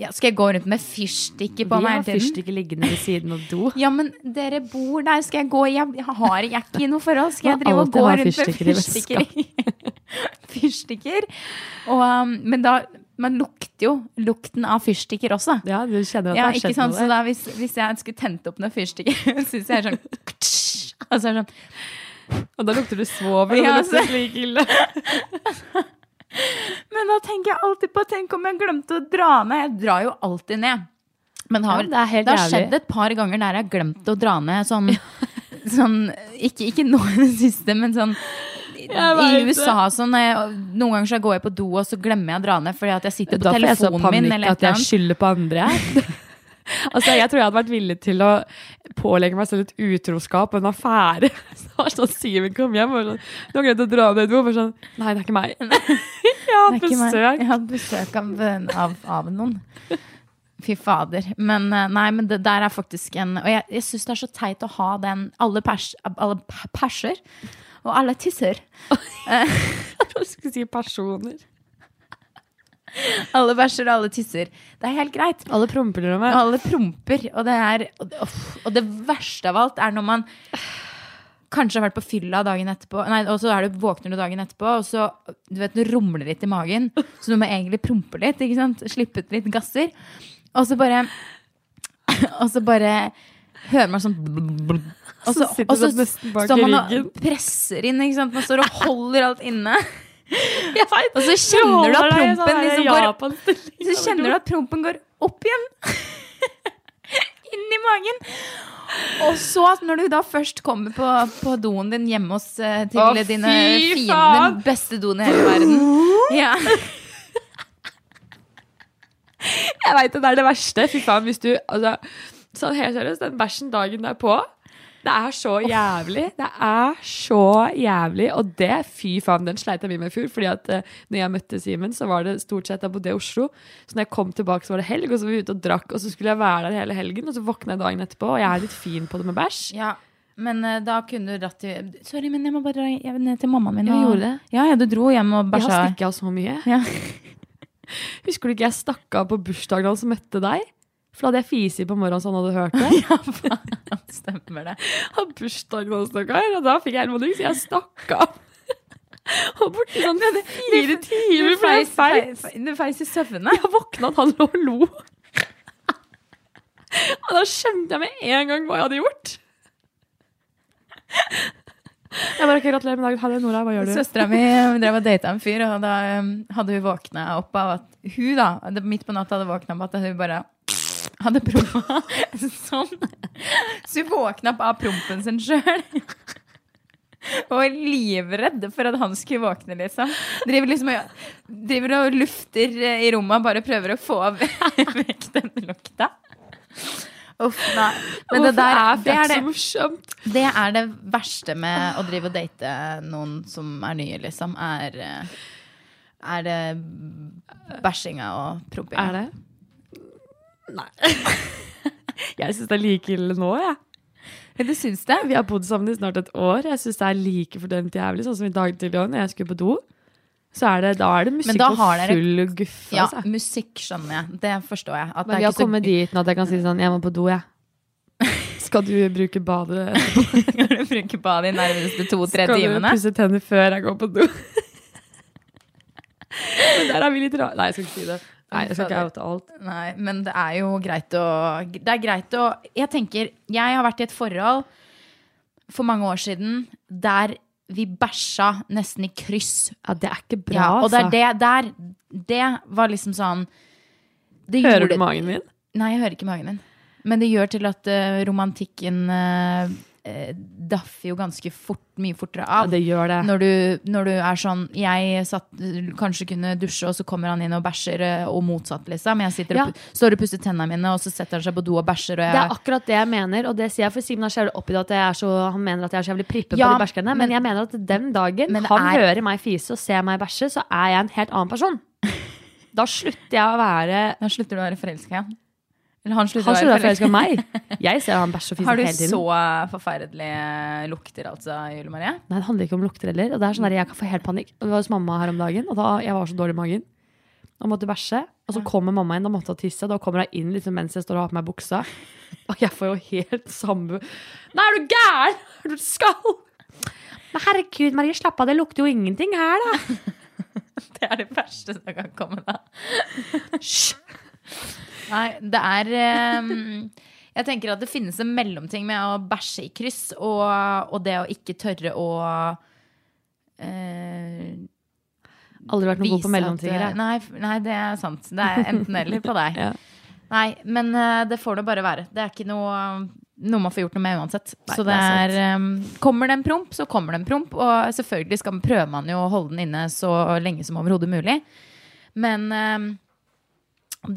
[SPEAKER 1] ja, Skal jeg gå rundt med fyrstikker på
[SPEAKER 2] Vi
[SPEAKER 1] meg
[SPEAKER 2] har
[SPEAKER 1] hele tiden?
[SPEAKER 2] fyrstikker liggende ved siden av do.
[SPEAKER 1] Ja, men dere bor der. Skal jeg gå Jeg, jeg har jeg er ikke i noe forhold. Skal jeg
[SPEAKER 2] Må
[SPEAKER 1] drive og
[SPEAKER 2] alltid
[SPEAKER 1] gå
[SPEAKER 2] ha
[SPEAKER 1] rundt med
[SPEAKER 2] fyrstikker i
[SPEAKER 1] fyrstikker? fyrstikker. Og, um, men da Man lukter jo lukten av fyrstikker også.
[SPEAKER 2] Ja, du kjenner
[SPEAKER 1] Ja,
[SPEAKER 2] at det har
[SPEAKER 1] ikke
[SPEAKER 2] skjedd
[SPEAKER 1] sant? Så
[SPEAKER 2] noe der.
[SPEAKER 1] da, hvis, hvis jeg skulle tent opp noen fyrstikker, syns jeg er sånn Og
[SPEAKER 2] altså,
[SPEAKER 1] så er det sånn
[SPEAKER 2] Og da lukter du svovel.
[SPEAKER 1] Ja,
[SPEAKER 2] og det lukter slik ille.
[SPEAKER 1] Men da tenker jeg alltid på Tenk om jeg glemte å dra ned. Jeg drar jo alltid ned. Men har,
[SPEAKER 2] Ja, det er helt
[SPEAKER 1] har
[SPEAKER 2] jævlig.
[SPEAKER 1] skjedd et par ganger der jeg har glemt å dra ned sånn, sånn ikke, ikke nå i det siste, men sånn i
[SPEAKER 2] vet det.
[SPEAKER 1] USA sånn, når jeg, Noen ganger så går jeg på do, og så glemmer jeg å dra ned fordi at jeg sitter på
[SPEAKER 2] Da får jeg så
[SPEAKER 1] telefonen min.
[SPEAKER 2] panikk
[SPEAKER 1] Eller et
[SPEAKER 2] at
[SPEAKER 1] eller
[SPEAKER 2] jeg
[SPEAKER 1] annet.
[SPEAKER 2] skylder på andre. altså, jeg tror jeg hadde vært villig til å pålegge meg selv et utroskap og en affære. Så det var sånn Simen kom hjem og sånn Du har glemt å dra ned i do. Og bare sånn Nei, det er ikke meg. jeg
[SPEAKER 1] Det
[SPEAKER 2] har
[SPEAKER 1] er ikke meg.
[SPEAKER 2] besøk.
[SPEAKER 1] Jeg har besøk av, en- av, av noen. Fy fader. Men eh, nei, men det der er faktisk en Og jeg, jeg syns det er så teit å ha den Alle, pers, alle p- perser og alle tisser.
[SPEAKER 2] Jeg skulle si personer.
[SPEAKER 1] Alle bæsjer og alle tisser. Det er helt greit.
[SPEAKER 2] Alle promper om
[SPEAKER 1] Og
[SPEAKER 2] meg.
[SPEAKER 1] alle promper. Og det, er, og, det- uff, og det verste av alt er når man kanskje har vært på fylla dagen etterpå, nei, og så er du, våkner du dagen etterpå, og så du vet, du rumler litt i magen. Så du må egentlig prompe litt. Ikke sant? Slippe ut litt gasser. Og så bare Og så bare hører man sånn blub, blub. Og
[SPEAKER 2] Så sitter
[SPEAKER 1] og
[SPEAKER 2] du nesten bak i
[SPEAKER 1] står man og
[SPEAKER 2] ryggen.
[SPEAKER 1] presser inn. Ikke sant? Man står og holder alt inne.
[SPEAKER 2] Jeg vet.
[SPEAKER 1] Og så kjenner du at
[SPEAKER 2] holder deg i sånn
[SPEAKER 1] prompen
[SPEAKER 2] her
[SPEAKER 1] liksom går
[SPEAKER 2] Japan-stilling.
[SPEAKER 1] så kjenner du at prompen går opp igjen. Inn i magen. Og så, når du da først kommer på, på doen din hjemme hos eh, til
[SPEAKER 2] Å,
[SPEAKER 1] dine
[SPEAKER 2] fy
[SPEAKER 1] fiender,
[SPEAKER 2] faen!
[SPEAKER 1] den beste doen i hele verden ja.
[SPEAKER 2] Jeg veit det er det verste. Fy faen, hvis du altså, Sånn helt seriøst, den bæsjen dagen derpå Det er så jævlig. Det er så jævlig. Og det, fy faen, den sleit jeg mye med i fjor. Fordi at eh, når jeg møtte Simen, så var det stort sett jeg bodde i Oslo. Så når jeg kom tilbake, så var det helg, og så var vi ute og drakk. Og så skulle jeg være der hele helgen, og så våkna jeg dagen etterpå, og jeg er litt fin på det med bæsj.
[SPEAKER 1] ja. Men eh, da kunne du dratt til Sorry, men jeg må bare dra hjem ned til mammaen min.
[SPEAKER 2] Ja,
[SPEAKER 1] og-
[SPEAKER 2] gjorde det.
[SPEAKER 1] Ja, ja, du dro hjem og
[SPEAKER 2] Jeg har
[SPEAKER 1] bæsja.
[SPEAKER 2] stikka av så mye.
[SPEAKER 1] Ja.
[SPEAKER 2] Husker du ikke jeg stakk av på bursdagen hans og møtte deg? For da hadde jeg fisi på morgenen så han hadde hørt det.
[SPEAKER 1] Stemmer det.
[SPEAKER 2] har bursdag nå, stakkar. Og da fikk jeg elmonik, så jeg stakk av. Og borti sånn fire timer før jeg feis.
[SPEAKER 1] Du feis i søvne.
[SPEAKER 2] Jeg våkna, at han lå og lo. Og da skjønte jeg med en gang hva jeg hadde gjort. Jeg bare ikke gratulerer med dagen. Hei, Nora, hva gjør du?
[SPEAKER 1] Søstera mi drev og data en fyr, og da um, hadde hun våkna opp av at hun, da, det- midt på natta hadde våkna opp at hun bare hadde prompa sånn. Så hun våkna opp av prompen sin sjøl. Og livredd for at han skulle våkne, liksom. Driver, liksom, og- driver og lufter eh, i rommet, bare prøver å få av- vekk den lukta. Uff, nei. Men det der er, det, er det,
[SPEAKER 2] morsomt.
[SPEAKER 1] det er det verste med å drive og date noen som er nye, liksom. Er, eh, er det bæsjinga og propinga.
[SPEAKER 2] Er det? Nei. jeg syns det er like ille nå, jeg.
[SPEAKER 1] Men du syns det?
[SPEAKER 2] Vi har bodd sammen i snart et år. Jeg syns det er like fordømt jævlig. Sånn som i dag tidlig også, når jeg skulle på do. Så er det, da er det musikk
[SPEAKER 1] da
[SPEAKER 2] og
[SPEAKER 1] har dere-
[SPEAKER 2] full guffe.
[SPEAKER 1] Ja,
[SPEAKER 2] altså.
[SPEAKER 1] musikk skjønner jeg. Det forstår jeg. At det er
[SPEAKER 2] Men vi har
[SPEAKER 1] ikke så-
[SPEAKER 2] kommet dit nå at jeg kan si sånn Jeg må på do, jeg. Skal du bruke badet?
[SPEAKER 1] Skal du bruke badet de nærmeste to-tre
[SPEAKER 2] Skal du
[SPEAKER 1] timene?
[SPEAKER 2] pusse tenner før jeg går på do? Men der er vi litt rare. Nei, jeg skal ikke si det. Nei, jeg skal ikke oute alt.
[SPEAKER 1] Nei, men det er jo greit å Det er greit å Jeg tenker, jeg har vært i et forhold for mange år siden der vi bæsja nesten i kryss.
[SPEAKER 2] Ja, det er ikke bra,
[SPEAKER 1] Ja, og det er
[SPEAKER 2] altså.
[SPEAKER 1] det der Det var liksom sånn det
[SPEAKER 2] Hører
[SPEAKER 1] gjorde-
[SPEAKER 2] du magen min?
[SPEAKER 1] Nei, jeg hører ikke magen din. Men det gjør til at eh, romantikken uh, daffer jo ganske fort, mye fortere
[SPEAKER 2] Ja,
[SPEAKER 1] av.
[SPEAKER 2] det gjør det.
[SPEAKER 1] Når du, når du er sånn Jeg satt, kanskje kunne dusje, og så kommer han inn og bæsjer, eh, og motsatt, liksom. Jeg sitter
[SPEAKER 2] Ja.
[SPEAKER 1] og, pu- står og pusser tennene mine, og så setter han seg på do og bæsjer, og
[SPEAKER 2] Det er
[SPEAKER 1] jeg
[SPEAKER 2] akkurat det jeg mener, og det sier jeg for Simen har skjært opp i det at jeg er så, han mener at jeg er så jævlig prippen
[SPEAKER 1] Ja,
[SPEAKER 2] på de bæsjgreiene, men,
[SPEAKER 1] men-
[SPEAKER 2] jeg mener at den dagen
[SPEAKER 1] Men det
[SPEAKER 2] han
[SPEAKER 1] er-
[SPEAKER 2] hører meg fise og ser meg bæsje, så er jeg en helt annen person. Da slutter jeg å være
[SPEAKER 1] Da slutter du å være forelska igjen. Eller han slutter
[SPEAKER 2] Han
[SPEAKER 1] å
[SPEAKER 2] slutter
[SPEAKER 1] være
[SPEAKER 2] å elske
[SPEAKER 1] forelska.
[SPEAKER 2] meg. Jeg ser han bæsje og fise
[SPEAKER 1] Har du
[SPEAKER 2] hele tiden.
[SPEAKER 1] så forferdelige lukter, altså, Julie Marie?
[SPEAKER 2] Nei, det handler ikke om lukter heller. Og det er sånn der, jeg kan få helt panikk. Og det var hos mamma her om dagen, og da, jeg var så dårlig i magen. Og måtte bæsje. Og så kommer mamma inn, da måtte hun tisse. og Da kommer hun inn liksom, mens jeg står og har på meg buksa. Og jeg får jo helt samme Nei, er du gæren?! Er du skall?! Men herregud, Marie, slapp av, det lukter jo ingenting her, da.
[SPEAKER 1] Det er det verste som kan komme, da. Nei, det er ehm, Jeg tenker at det finnes en mellomting med å bæsje i kryss og, og det å ikke tørre å eh,
[SPEAKER 2] Aldri vært noe god på
[SPEAKER 1] vise
[SPEAKER 2] mellomting.
[SPEAKER 1] at,
[SPEAKER 2] jeg.
[SPEAKER 1] nei, f- nei, det er sant. Det er enten eller på deg.
[SPEAKER 2] Ja.
[SPEAKER 1] Nei, men eh, det får det bare være. Det er ikke noe, um, noe man får gjort noe med uansett.
[SPEAKER 2] Nei,
[SPEAKER 1] så det
[SPEAKER 2] det er
[SPEAKER 1] er, eh, Kommer det en promp, så kommer det en promp. Og selvfølgelig skal man, prøver man jo å holde den inne så lenge som overhodet mulig. Men eh,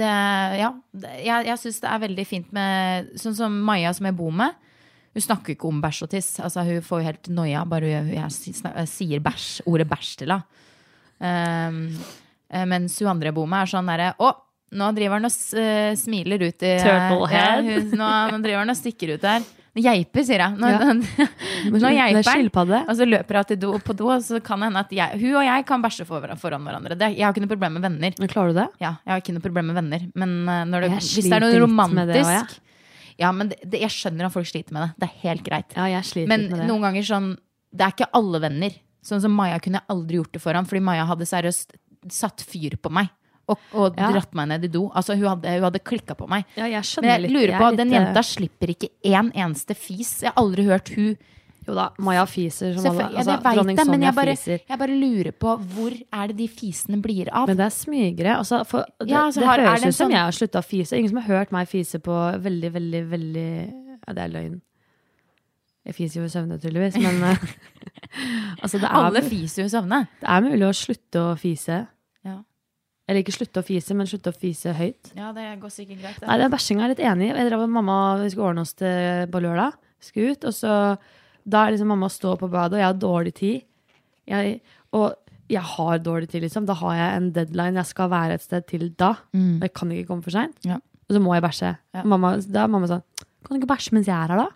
[SPEAKER 1] det, ja, det, jeg, jeg syns det er veldig fint med Sånn som Maja, som jeg bor med. Hun snakker ikke om bæsj og tiss. Altså, hun får jo helt noia bare jeg, jeg si- snak- jeg sier bæsj, ordet bæsj til henne. Um, eh, mens hun andre jeg bor med, er sånn derre Å, nå driver han og s- eh, smiler ut i
[SPEAKER 2] Turtle
[SPEAKER 1] Ja,
[SPEAKER 2] head.
[SPEAKER 1] hun, nå, nå driver han og stikker ut der. Geiper, sier jeg. Nå,
[SPEAKER 2] Ja.
[SPEAKER 1] nå
[SPEAKER 2] Det er
[SPEAKER 1] geiper han.
[SPEAKER 2] skilpadde.
[SPEAKER 1] Og så løper hun til do, på do, og så kan det hende at jeg, hun og jeg kan bæsje for, foran hverandre. Det, jeg har ikke noe problem med venner.
[SPEAKER 2] Men klarer du det?
[SPEAKER 1] Ja, jeg har ikke noe problem med venner. Men eh, når det,
[SPEAKER 2] Jeg
[SPEAKER 1] hvis det er noe
[SPEAKER 2] sliter litt med det også,
[SPEAKER 1] romantisk Ja, men det, det, jeg skjønner at folk sliter med det. Det er helt greit.
[SPEAKER 2] Ja, jeg sliter
[SPEAKER 1] Men
[SPEAKER 2] litt med det.
[SPEAKER 1] noen ganger sånn Det er ikke alle venner. Sånn som Maja kunne jeg aldri gjort det foran, fordi Maja hadde seriøst satt fyr på meg. Og, og
[SPEAKER 2] Ja.
[SPEAKER 1] dratt meg ned i do. Altså, hun hadde, hun hadde klikka på meg.
[SPEAKER 2] Ja, jeg
[SPEAKER 1] Men
[SPEAKER 2] skjønner
[SPEAKER 1] jeg
[SPEAKER 2] litt.
[SPEAKER 1] lurer
[SPEAKER 2] Jeg
[SPEAKER 1] på,
[SPEAKER 2] er
[SPEAKER 1] den
[SPEAKER 2] litt, eh,
[SPEAKER 1] jenta slipper ikke én eneste fis. Jeg har aldri hørt hun
[SPEAKER 2] Jo da, Maja fiser som alle.
[SPEAKER 1] Selvfølgelig, ja,
[SPEAKER 2] Altså,
[SPEAKER 1] det vet
[SPEAKER 2] dronning
[SPEAKER 1] jeg, men
[SPEAKER 2] Sonja
[SPEAKER 1] jeg bare,
[SPEAKER 2] fiser.
[SPEAKER 1] jeg bare lurer på hvor er det de fisene blir av?
[SPEAKER 2] Men det er smygere. Altså, for, det
[SPEAKER 1] Ja, altså,
[SPEAKER 2] det
[SPEAKER 1] har- er
[SPEAKER 2] høres
[SPEAKER 1] det en
[SPEAKER 2] ut som
[SPEAKER 1] sånn-
[SPEAKER 2] jeg har slutta å fise. Ingen som har hørt meg fise på veldig, veldig, veldig Ja, det er løgn. Jeg fiser jo i søvne, tydeligvis, men eh, altså, det,
[SPEAKER 1] Alle
[SPEAKER 2] er,
[SPEAKER 1] fiser jo i søvne.
[SPEAKER 2] det er mulig å slutte å fise.
[SPEAKER 1] Ja.
[SPEAKER 2] Eller ikke slutte å fise, men slutte å fise høyt.
[SPEAKER 1] Ja, det går sikkert greit.
[SPEAKER 2] Nei, den bæsjinga er jeg litt enig i. Jeg drev med mamma vi skulle ordne oss til på lørdag. Skulle ut, og så Da er liksom mamma står på badet, og jeg har dårlig tid. Jeg, og jeg har dårlig tid, liksom. Da har jeg en deadline. Jeg skal være et sted til da. Og jeg kan ikke komme for seint.
[SPEAKER 1] Mm. Ja.
[SPEAKER 2] Og så må jeg bæsje.
[SPEAKER 1] Ja.
[SPEAKER 2] Og Mamma, da er mamma sånn Kan du ikke bæsje mens jeg er her, da?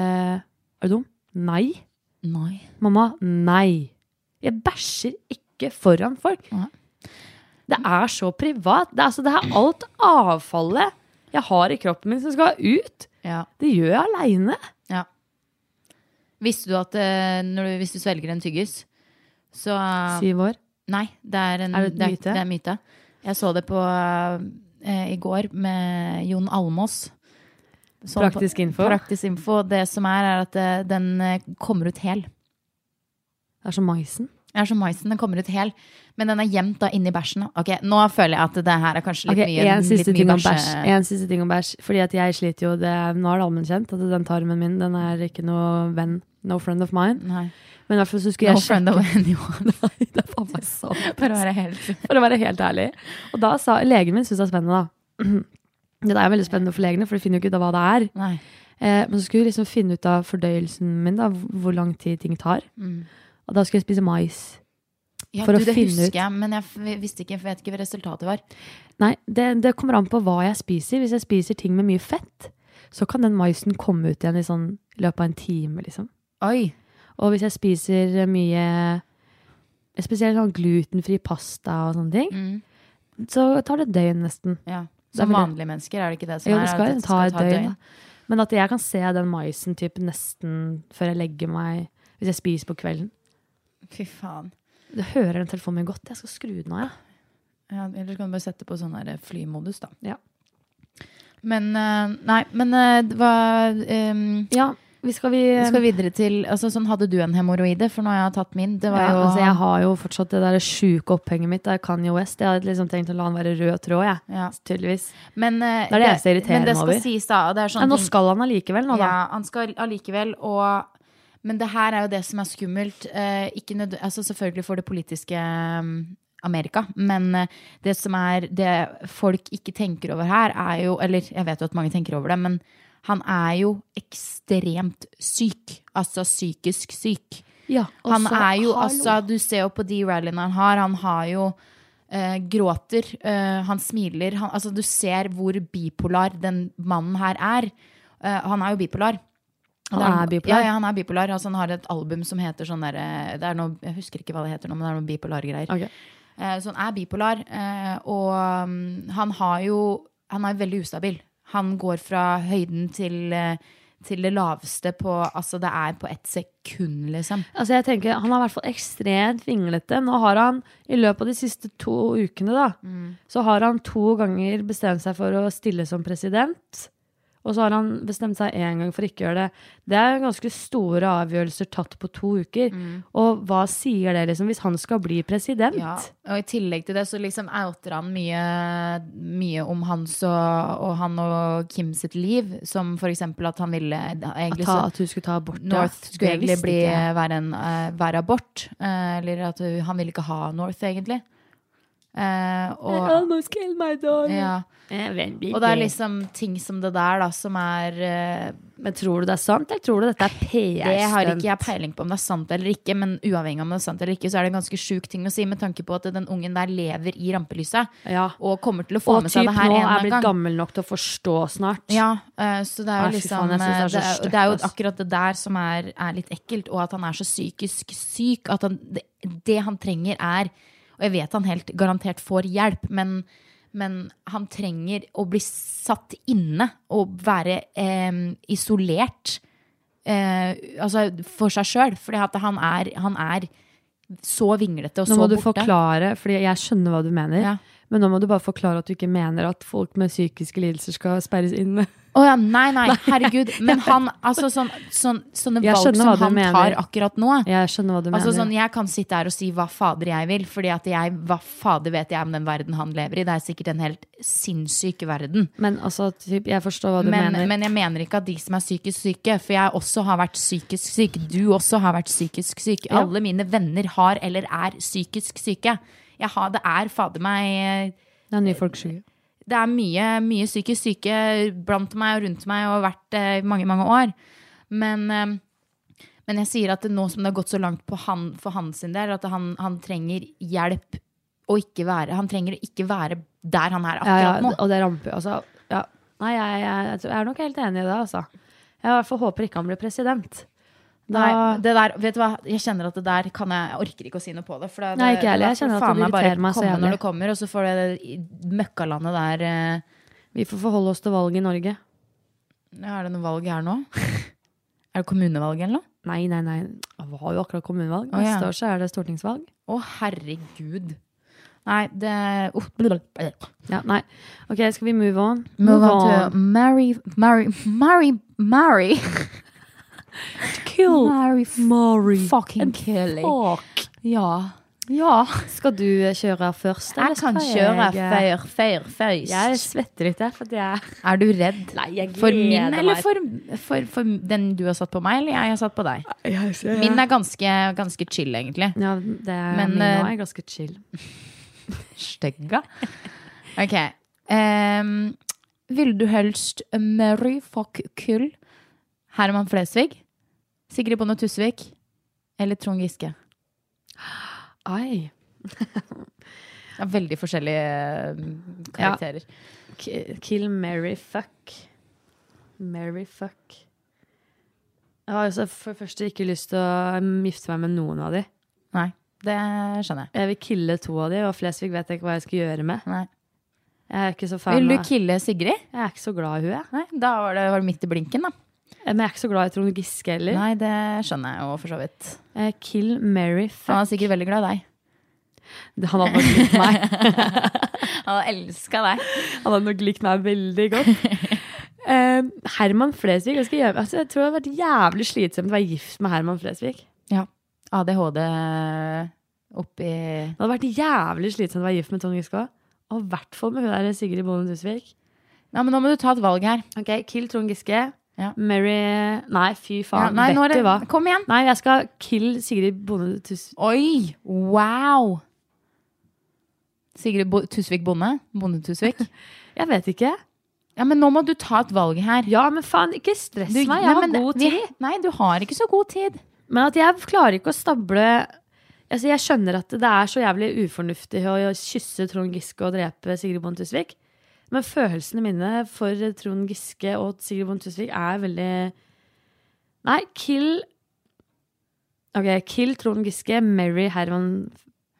[SPEAKER 2] Eh, er du dum? Nei.
[SPEAKER 1] Nei.
[SPEAKER 2] Mamma, nei. Jeg bæsjer ikke foran folk.
[SPEAKER 1] Nei.
[SPEAKER 2] Det er så privat. Det er, altså, det er alt avfallet jeg har i kroppen min som skal ut.
[SPEAKER 1] Ja.
[SPEAKER 2] Det gjør jeg aleine.
[SPEAKER 1] Visste du at eh, når du, hvis du svelger en tyggis, så eh,
[SPEAKER 2] Syv år.
[SPEAKER 1] Nei, det er en
[SPEAKER 2] Er det et
[SPEAKER 1] det er,
[SPEAKER 2] myte?
[SPEAKER 1] Det er en myte. Jeg så det på eh, i går med Jon Almås. Så han Sånn på-
[SPEAKER 2] Praktisk info.
[SPEAKER 1] Praktisk info. Det som er, er at eh, den eh, kommer ut hel.
[SPEAKER 2] Det er som maisen.
[SPEAKER 1] Jeg er som maisen, den kommer ut hel. Men den er gjemt da inni bæsjen. Ok, Nå føler jeg at det her er kanskje litt
[SPEAKER 2] Ok,
[SPEAKER 1] mye,
[SPEAKER 2] en, siste
[SPEAKER 1] litt
[SPEAKER 2] ting
[SPEAKER 1] mye
[SPEAKER 2] om bæsj.
[SPEAKER 1] bæsje-
[SPEAKER 2] en siste ting om bæsj. Fordi at jeg sliter jo det, Nå er det allmenn kjent at den tarmen min den er ikke noe venn. No friend of mine.
[SPEAKER 1] Nei.
[SPEAKER 2] Men i hvert fall så skulle
[SPEAKER 1] No
[SPEAKER 2] jeg
[SPEAKER 1] friend of anyone.
[SPEAKER 2] Nei, det er faen meg sant.
[SPEAKER 1] For å være helt
[SPEAKER 2] For å være helt ærlig. Og da sa legen min syntes det var spennende, da. Det er veldig spennende for legene, for de finner jo ikke ut av hva det er.
[SPEAKER 1] Nei.
[SPEAKER 2] Eh, men så skulle vi liksom finne ut av fordøyelsen min, da, hvor lang tid ting tar. Og da skulle jeg spise mais.
[SPEAKER 1] Ja,
[SPEAKER 2] For å
[SPEAKER 1] du, det
[SPEAKER 2] finne
[SPEAKER 1] husker
[SPEAKER 2] ut.
[SPEAKER 1] jeg, men jeg f- visste ikke, for jeg vet ikke hva resultatet var.
[SPEAKER 2] Nei, det, det kommer an på hva jeg spiser. Hvis jeg spiser ting med mye fett, så kan den maisen komme ut igjen i sånn i løpet av en time, liksom.
[SPEAKER 1] Oi.
[SPEAKER 2] Og hvis jeg spiser mye Spesielt sånn glutenfri pasta og sånne ting,
[SPEAKER 1] Mm.
[SPEAKER 2] så tar det et døgn nesten.
[SPEAKER 1] Ja.
[SPEAKER 2] Da
[SPEAKER 1] Som
[SPEAKER 2] vil jeg-
[SPEAKER 1] vanlige mennesker, er det ikke det som
[SPEAKER 2] Jo,
[SPEAKER 1] er?
[SPEAKER 2] det skal
[SPEAKER 1] at
[SPEAKER 2] ta et døgn. da. Men at jeg kan se den maisen typ, nesten før jeg legger meg, hvis jeg spiser på kvelden.
[SPEAKER 1] Fy faen.
[SPEAKER 2] Du hører den telefonen min godt. Jeg skal skru den av, jeg.
[SPEAKER 1] Ja, ellers kan du bare sette på sånn her flymodus, da.
[SPEAKER 2] Ja.
[SPEAKER 1] Men eh, Nei, men eh, det var ehm,
[SPEAKER 2] Ja, vi skal vi,
[SPEAKER 1] Vi skal videre til altså, sånn Hadde du en hemoroide? For nå har jeg tatt min. Det var
[SPEAKER 2] ja,
[SPEAKER 1] jo
[SPEAKER 2] altså, Jeg har jo fortsatt det der sjuke opphenget mitt av Kanye West. Jeg hadde liksom tenkt å la han være rød tråd, jeg.
[SPEAKER 1] Ja.
[SPEAKER 2] Tydeligvis.
[SPEAKER 1] Men eh,
[SPEAKER 2] Det er det eneste jeg irriterer
[SPEAKER 1] men det
[SPEAKER 2] meg
[SPEAKER 1] skal
[SPEAKER 2] over.
[SPEAKER 1] sies, da. og Det er sånne
[SPEAKER 2] Ja, nå
[SPEAKER 1] ting-
[SPEAKER 2] skal han allikevel, nå, da.
[SPEAKER 1] Ja, han skal allikevel, og Men det her er jo det som er skummelt. Eh, ikke nød, altså selvfølgelig for det politiske mm, Amerika, men eh, det som er det folk ikke tenker over her, er jo Eller jeg vet jo at mange tenker over det, men han er jo ekstremt syk. Altså psykisk syk.
[SPEAKER 2] Ja, og
[SPEAKER 1] han
[SPEAKER 2] så-
[SPEAKER 1] er jo
[SPEAKER 2] hallo.
[SPEAKER 1] altså Du ser jo på de rallyene han har. Han har jo eh, gråter, eh, han smiler. Han, altså, du ser hvor bipolar den mannen her er. Eh, han er jo bipolar.
[SPEAKER 2] Han
[SPEAKER 1] Det
[SPEAKER 2] er bipolar?
[SPEAKER 1] Ja, ja, han er bipolar. Altså, han har et album som heter sånn derre det er noe- Jeg husker ikke hva det heter nå, men det er noe bipolargreier.
[SPEAKER 2] Ok.
[SPEAKER 1] Eh, Så han er bipolar, eh, og mm, han har jo Han er veldig ustabil. Han går fra høyden til, eh, til det laveste på Altså, det er på ett sekund, liksom.
[SPEAKER 2] Altså jeg tenker, Han er i hvert fall ekstremt vinglete. Nå har han, I løpet av de siste to ukene da, så har han to ganger bestemt seg for å stille som president. Og så har han bestemt seg én gang for ikke å gjøre det. Det er ganske store avgjørelser tatt på to uker.
[SPEAKER 1] Mm.
[SPEAKER 2] Og hva sier det liksom hvis han skal bli president?
[SPEAKER 1] Ja, og i tillegg til det så liksom outer han mye, mye om hans og, og han og Kim sitt liv, som for eksempel at han ville eh,
[SPEAKER 2] At,
[SPEAKER 1] egentlig,
[SPEAKER 2] ta,
[SPEAKER 1] så,
[SPEAKER 2] at hun skulle ta abort? ja.
[SPEAKER 1] North skulle
[SPEAKER 2] Det
[SPEAKER 1] egentlig
[SPEAKER 2] visste
[SPEAKER 1] bli,
[SPEAKER 2] ikke jeg.
[SPEAKER 1] være, en, eh, være abort, eh, eller at hun- han ville ikke ha North egentlig. Eh,
[SPEAKER 2] I
[SPEAKER 1] og,
[SPEAKER 2] almost killed my dog.
[SPEAKER 1] ja.
[SPEAKER 2] Jeg vet ikke.
[SPEAKER 1] og det er liksom ting som det der da, som er eh,
[SPEAKER 2] Men tror du det er sant, eller tror du dette er PR-stunt?
[SPEAKER 1] Det har ikke jeg peiling på om det er sant eller ikke, men uavhengig om det er sant eller ikke, så er det en ganske sjuk ting å si med tanke på at den ungen der lever i rampelyset
[SPEAKER 2] Ja.
[SPEAKER 1] og kommer til å få
[SPEAKER 2] Og
[SPEAKER 1] med
[SPEAKER 2] typ
[SPEAKER 1] seg
[SPEAKER 2] nå
[SPEAKER 1] det her en
[SPEAKER 2] er
[SPEAKER 1] eller
[SPEAKER 2] jeg
[SPEAKER 1] annen
[SPEAKER 2] blitt
[SPEAKER 1] gang.
[SPEAKER 2] gammel nok til å forstå snart.
[SPEAKER 1] Ja, eh, så det er jo
[SPEAKER 2] Nei, fy
[SPEAKER 1] liksom
[SPEAKER 2] faen, jeg
[SPEAKER 1] det
[SPEAKER 2] synes det er så
[SPEAKER 1] er,
[SPEAKER 2] stygt,
[SPEAKER 1] det er jo
[SPEAKER 2] ass.
[SPEAKER 1] akkurat det der som er, er litt ekkelt, og at han er så psykisk syk at han, det, det han trenger er Og jeg vet han helt garantert får hjelp, men, men han trenger å bli satt inne og være eh, isolert eh, altså for seg sjøl, fordi at han er, han er så vinglete og
[SPEAKER 2] Nå
[SPEAKER 1] så
[SPEAKER 2] må du
[SPEAKER 1] borte.
[SPEAKER 2] forklare, fordi jeg skjønner hva du mener.
[SPEAKER 1] Ja.
[SPEAKER 2] Men nå må du bare forklare at du ikke mener at folk med psykiske lidelser skal sperres inne.
[SPEAKER 1] Å ja, nei, nei, herregud. Men han, altså sånn, sånn, sånne
[SPEAKER 2] Jeg
[SPEAKER 1] valg
[SPEAKER 2] skjønner
[SPEAKER 1] som
[SPEAKER 2] hva du
[SPEAKER 1] han
[SPEAKER 2] mener.
[SPEAKER 1] tar akkurat nå
[SPEAKER 2] Jeg skjønner hva du
[SPEAKER 1] Altså
[SPEAKER 2] mener.
[SPEAKER 1] sånn, Jeg kan sitte her og si hva fader jeg vil, fordi at jeg, hva fader vet jeg om den verden han lever i. Det er sikkert en helt sinnssyk verden.
[SPEAKER 2] Men altså, typ, jeg forstår hva du
[SPEAKER 1] Men,
[SPEAKER 2] mener.
[SPEAKER 1] men jeg mener ikke at de som er psykisk syke, for jeg også har vært psykisk syk. Du også har vært psykisk syk.
[SPEAKER 2] Ja.
[SPEAKER 1] Alle mine venner har eller er psykisk syke. Jeg har, det er fader meg
[SPEAKER 2] det er ny folkesjuke.
[SPEAKER 1] det er mye, mye psykisk syke blant meg og rundt meg og har vært det i mange, mange år. Men, eh, men jeg sier at det nå som det har gått så langt på han, for han sin del, at han, han trenger hjelp og ikke være Han trenger å ikke være der han er
[SPEAKER 2] Ja, ja,
[SPEAKER 1] akkurat nå.
[SPEAKER 2] og det ramper altså, ja. Nei, jeg, jeg, jeg tror- jeg er nok helt enig i det, altså. Jeg i hvert fall håper ikke han blir president. Da,
[SPEAKER 1] Nei, det der, vet du hva? Jeg kjenner at det der kan jeg, jeg orker ikke å si noe på det. For det,
[SPEAKER 2] Nei, ikke
[SPEAKER 1] det-
[SPEAKER 2] heller.
[SPEAKER 1] det
[SPEAKER 2] Jeg
[SPEAKER 1] får
[SPEAKER 2] kjenner at
[SPEAKER 1] faen
[SPEAKER 2] det
[SPEAKER 1] bare
[SPEAKER 2] irriterer meg så
[SPEAKER 1] komme
[SPEAKER 2] jævlig.
[SPEAKER 1] når det kommer, og så får det i møkkalandet der eh,
[SPEAKER 2] vi får forholde oss til valget i Norge.
[SPEAKER 1] ja, Er det noe valg her nå? er det kommunevalg eller noe?
[SPEAKER 2] Nei, nei, nei. Det var jo akkurat kommunevalg.
[SPEAKER 1] Å, ja.
[SPEAKER 2] Neste år så er det stortingsvalg.
[SPEAKER 1] Å, herregud. Nei, det oh, blablabla.
[SPEAKER 2] Ja, nei. Ok, skal vi move on?
[SPEAKER 1] Move on to Mary Mary Mary Mary
[SPEAKER 2] Kill.
[SPEAKER 1] Mary
[SPEAKER 2] Mary.
[SPEAKER 1] fucking killing.
[SPEAKER 2] Fuck.
[SPEAKER 1] Ja. ja.
[SPEAKER 2] Skal du eh, kjøre først? eller
[SPEAKER 1] Jeg kan
[SPEAKER 2] skal
[SPEAKER 1] kjøre
[SPEAKER 2] jeg, eh,
[SPEAKER 1] før, før,
[SPEAKER 2] Jeg
[SPEAKER 1] først.
[SPEAKER 2] svetter litt, jeg. For jeg
[SPEAKER 1] Er du redd?
[SPEAKER 2] Nei, jeg
[SPEAKER 1] For min
[SPEAKER 2] gleder
[SPEAKER 1] eller
[SPEAKER 2] meg.
[SPEAKER 1] for, for, for den du har satt på meg, eller jeg har satt på deg? Min er ganske, ganske chill, egentlig.
[SPEAKER 2] ja, det er,
[SPEAKER 1] Men,
[SPEAKER 2] min nå
[SPEAKER 1] eh,
[SPEAKER 2] er ganske chill.
[SPEAKER 1] Stegga. Ok. Ehm, vil du helst Mary fuck kull? Herman Flesvig? Sigrid Bonde Tusvik? Eller Trond Giske?
[SPEAKER 2] Ai.
[SPEAKER 1] Det er veldig forskjellige eh, karakterer.
[SPEAKER 2] K- Kill Mary Fuck. Mary Fuck. Jeg har altså for det første ikke lyst til å mm, gifte meg med noen av de.
[SPEAKER 1] Nei, det skjønner jeg.
[SPEAKER 2] Jeg vil kille to av de, og Flesvig vet jeg ikke hva jeg skal gjøre med.
[SPEAKER 1] Nei.
[SPEAKER 2] Jeg er ikke så fan
[SPEAKER 1] Vil du
[SPEAKER 2] av
[SPEAKER 1] kille Sigrid?
[SPEAKER 2] Jeg er ikke så glad i hun, jeg.
[SPEAKER 1] Nei, da var det, var det midt i blinken, da.
[SPEAKER 2] Men jeg er ikke så glad i Trond Giske heller.
[SPEAKER 1] Nei, det skjønner jeg jo for så vidt.
[SPEAKER 2] Eh, Kill Mary
[SPEAKER 1] Han
[SPEAKER 2] Fuck.
[SPEAKER 1] er sikkert veldig glad i deg.
[SPEAKER 2] Han hadde nok likt meg.
[SPEAKER 1] Han elska deg.
[SPEAKER 2] Han hadde nok likt meg veldig godt. Eh, Herman Flesvig jeg, skal gjøre, altså, jeg tror det hadde vært jævlig slitsomt å være gift med Herman Flesvig.
[SPEAKER 1] ADHD eh, oppi
[SPEAKER 2] Det hadde vært jævlig slitsomt å være gift med Trond Giske òg. Og i hvert fall med hun der Sigrid Bonde Tusvik.
[SPEAKER 1] Ja, men nå må du ta et valg her.
[SPEAKER 2] Ok, Kill Trond Giske.
[SPEAKER 1] Ja.
[SPEAKER 2] Mary Nei, fy
[SPEAKER 1] Ja,
[SPEAKER 2] faen.
[SPEAKER 1] nei, nå er
[SPEAKER 2] Vet
[SPEAKER 1] det,
[SPEAKER 2] du hva?
[SPEAKER 1] kom igjen.
[SPEAKER 2] Nei, jeg skal kill Sigrid Bonde Tusvik.
[SPEAKER 1] Oi! Wow! Sigrid Bo Tusvik Bonde? Bonde Tusvik?
[SPEAKER 2] Jeg vet ikke.
[SPEAKER 1] Ja, men nå må du ta et valg her.
[SPEAKER 2] Ja, men faen, ikke stress
[SPEAKER 1] Du-
[SPEAKER 2] meg. Jeg har
[SPEAKER 1] men det-
[SPEAKER 2] god
[SPEAKER 1] vi-
[SPEAKER 2] tid.
[SPEAKER 1] Nei, du har ikke så god tid.
[SPEAKER 2] Men at jeg klarer ikke å stable altså Jeg skjønner at det er så jævlig ufornuftig å kysse Trond Giske og drepe Sigrid Bonde Tusvik. Men følelsene mine for Trond Giske og Sigrid Bonde Tusvik er veldig Nei, kill Ok, kill Trond Giske, marry Herman,